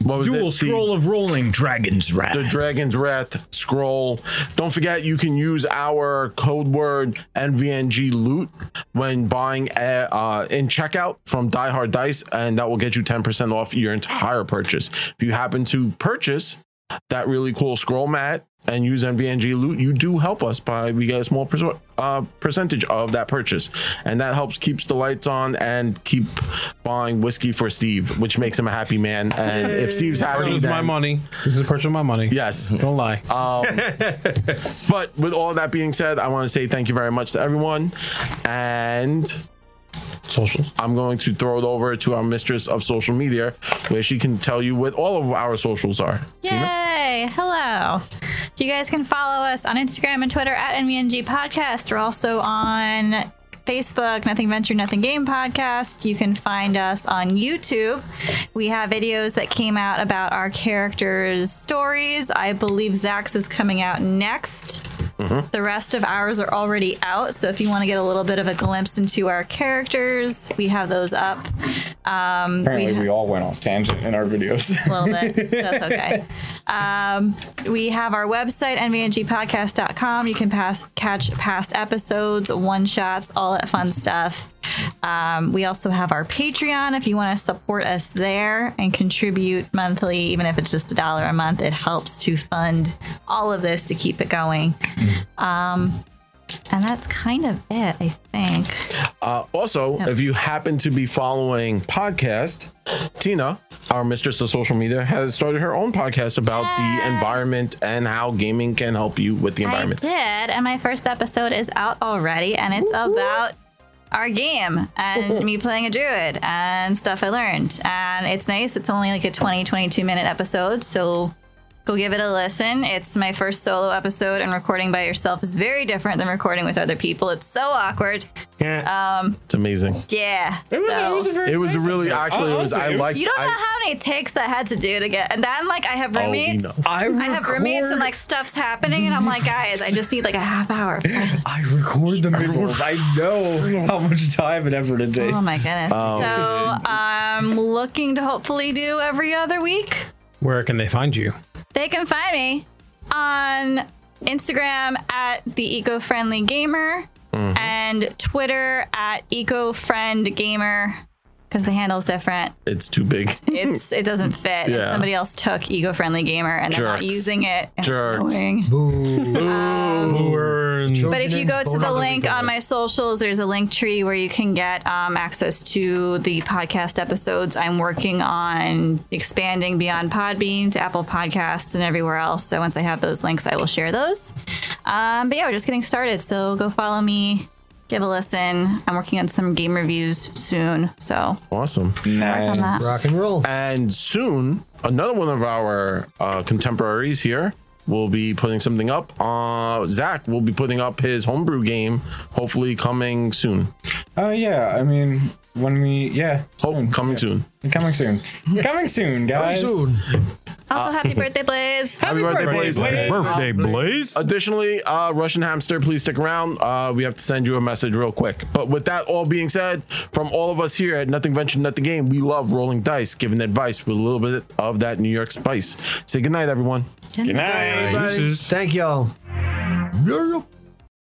what was Dual it? The- scroll of rolling dragon's wrath. the Dragon's Wrath scroll. Don't forget, you can use our code word NVNG loot when buying uh, uh, in checkout from Die Hard Dice, and that will get you 10% off your entire purchase. If you happen to purchase that really cool scroll mat and use NVNG loot, you do help us by we get a small perso- uh, percentage of that purchase, and that helps keeps the lights on and keep buying whiskey for Steve, which makes him a happy man. And if Steve's happy, Purchase my then- money. This is a purchase of my money. Yes, Don't lie. But with all that being said, I want to say thank you very much to everyone. And Socials. I'm going to throw it over to our mistress of social media, where she can tell you what all of our socials are. Yay! Hello. You guys can follow us on Instagram and Twitter at NVNG Podcast. We're also on Facebook, Nothing Venture, Nothing Game Podcast. You can find us on YouTube. We have videos that came out about our characters' stories. I believe Zach's is coming out next. The rest of ours are already out, so if you want to get a little bit of a glimpse into our characters, we have those up. Um, Apparently, ha- we all went off tangent in our videos. little bit. That's okay. Um, we have our website, nvngpodcast.com. You can pass, catch past episodes, one shots, all that fun stuff. Um, we also have our Patreon if you want to support us there and contribute monthly, even if it's just a dollar a month. It helps to fund all of this to keep it going. Um, and that's kind of it, I think. Uh, also, if you happen to be following podcast, Tina, our mistress of social media, has started her own podcast about the environment and how gaming can help you with the I environment. did, and my first episode is out already, and it's about our game and me playing a druid and stuff I learned. And it's nice. It's only like a 20, 22 minute episode. So go give it a listen. It's my first solo episode, and recording by yourself is very different than recording with other people. It's so awkward. Yeah. It's amazing. Yeah. It was, so- Oh, it was a very It was nice really episode. actually it was I Honestly, liked you don't know I, how many takes that had to do to get, and then like I have Oh, we roommates. know. I, have roommates and like stuff's happening, and I'm like, guys, I just need like a half hour. of silence." I record the middles. I know how much time and effort it takes. Oh my goodness. So I'm looking to hopefully do every other week. Where can they find you? They can find me on Instagram at the eco friendly gamer Mm-hmm. and Twitter at eco friend gamer because the handle's different. it's too big. It's it doesn't fit. Hmm. Yeah. Somebody else took eco friendly gamer and they're not Jerks. using it. and it's Jerks. annoying. Burns. But if you go to the link on my socials, there's a link tree where you can get um, access to the podcast episodes. I'm working on expanding beyond Podbean to Apple Podcasts and everywhere else. So once I have those links, I will share those. Um, but yeah, we're just getting started. So go follow me, give a listen. I'm working on some game reviews soon. So Awesome. work on that. Rock and roll. And soon, another one of our uh, contemporaries here will be putting something up. Uh, Zach will be putting up his homebrew game, hopefully coming soon. Uh, Oh yeah, I mean when we yeah Oh, coming soon. coming soon, coming soon, guys. Soon. Also, happy birthday, Blaze. Happy birthday, Blaze. Birthday, Blaze. Additionally, uh, Russian Hamster, please stick around. Uh, we have to send you a message real quick. But with that all being said, from all of us here at Nothing Venture, Nothing Game, we love rolling dice, giving advice with a little bit of that New York spice. Say goodnight, everyone. Good night. Thank y'all. Europe.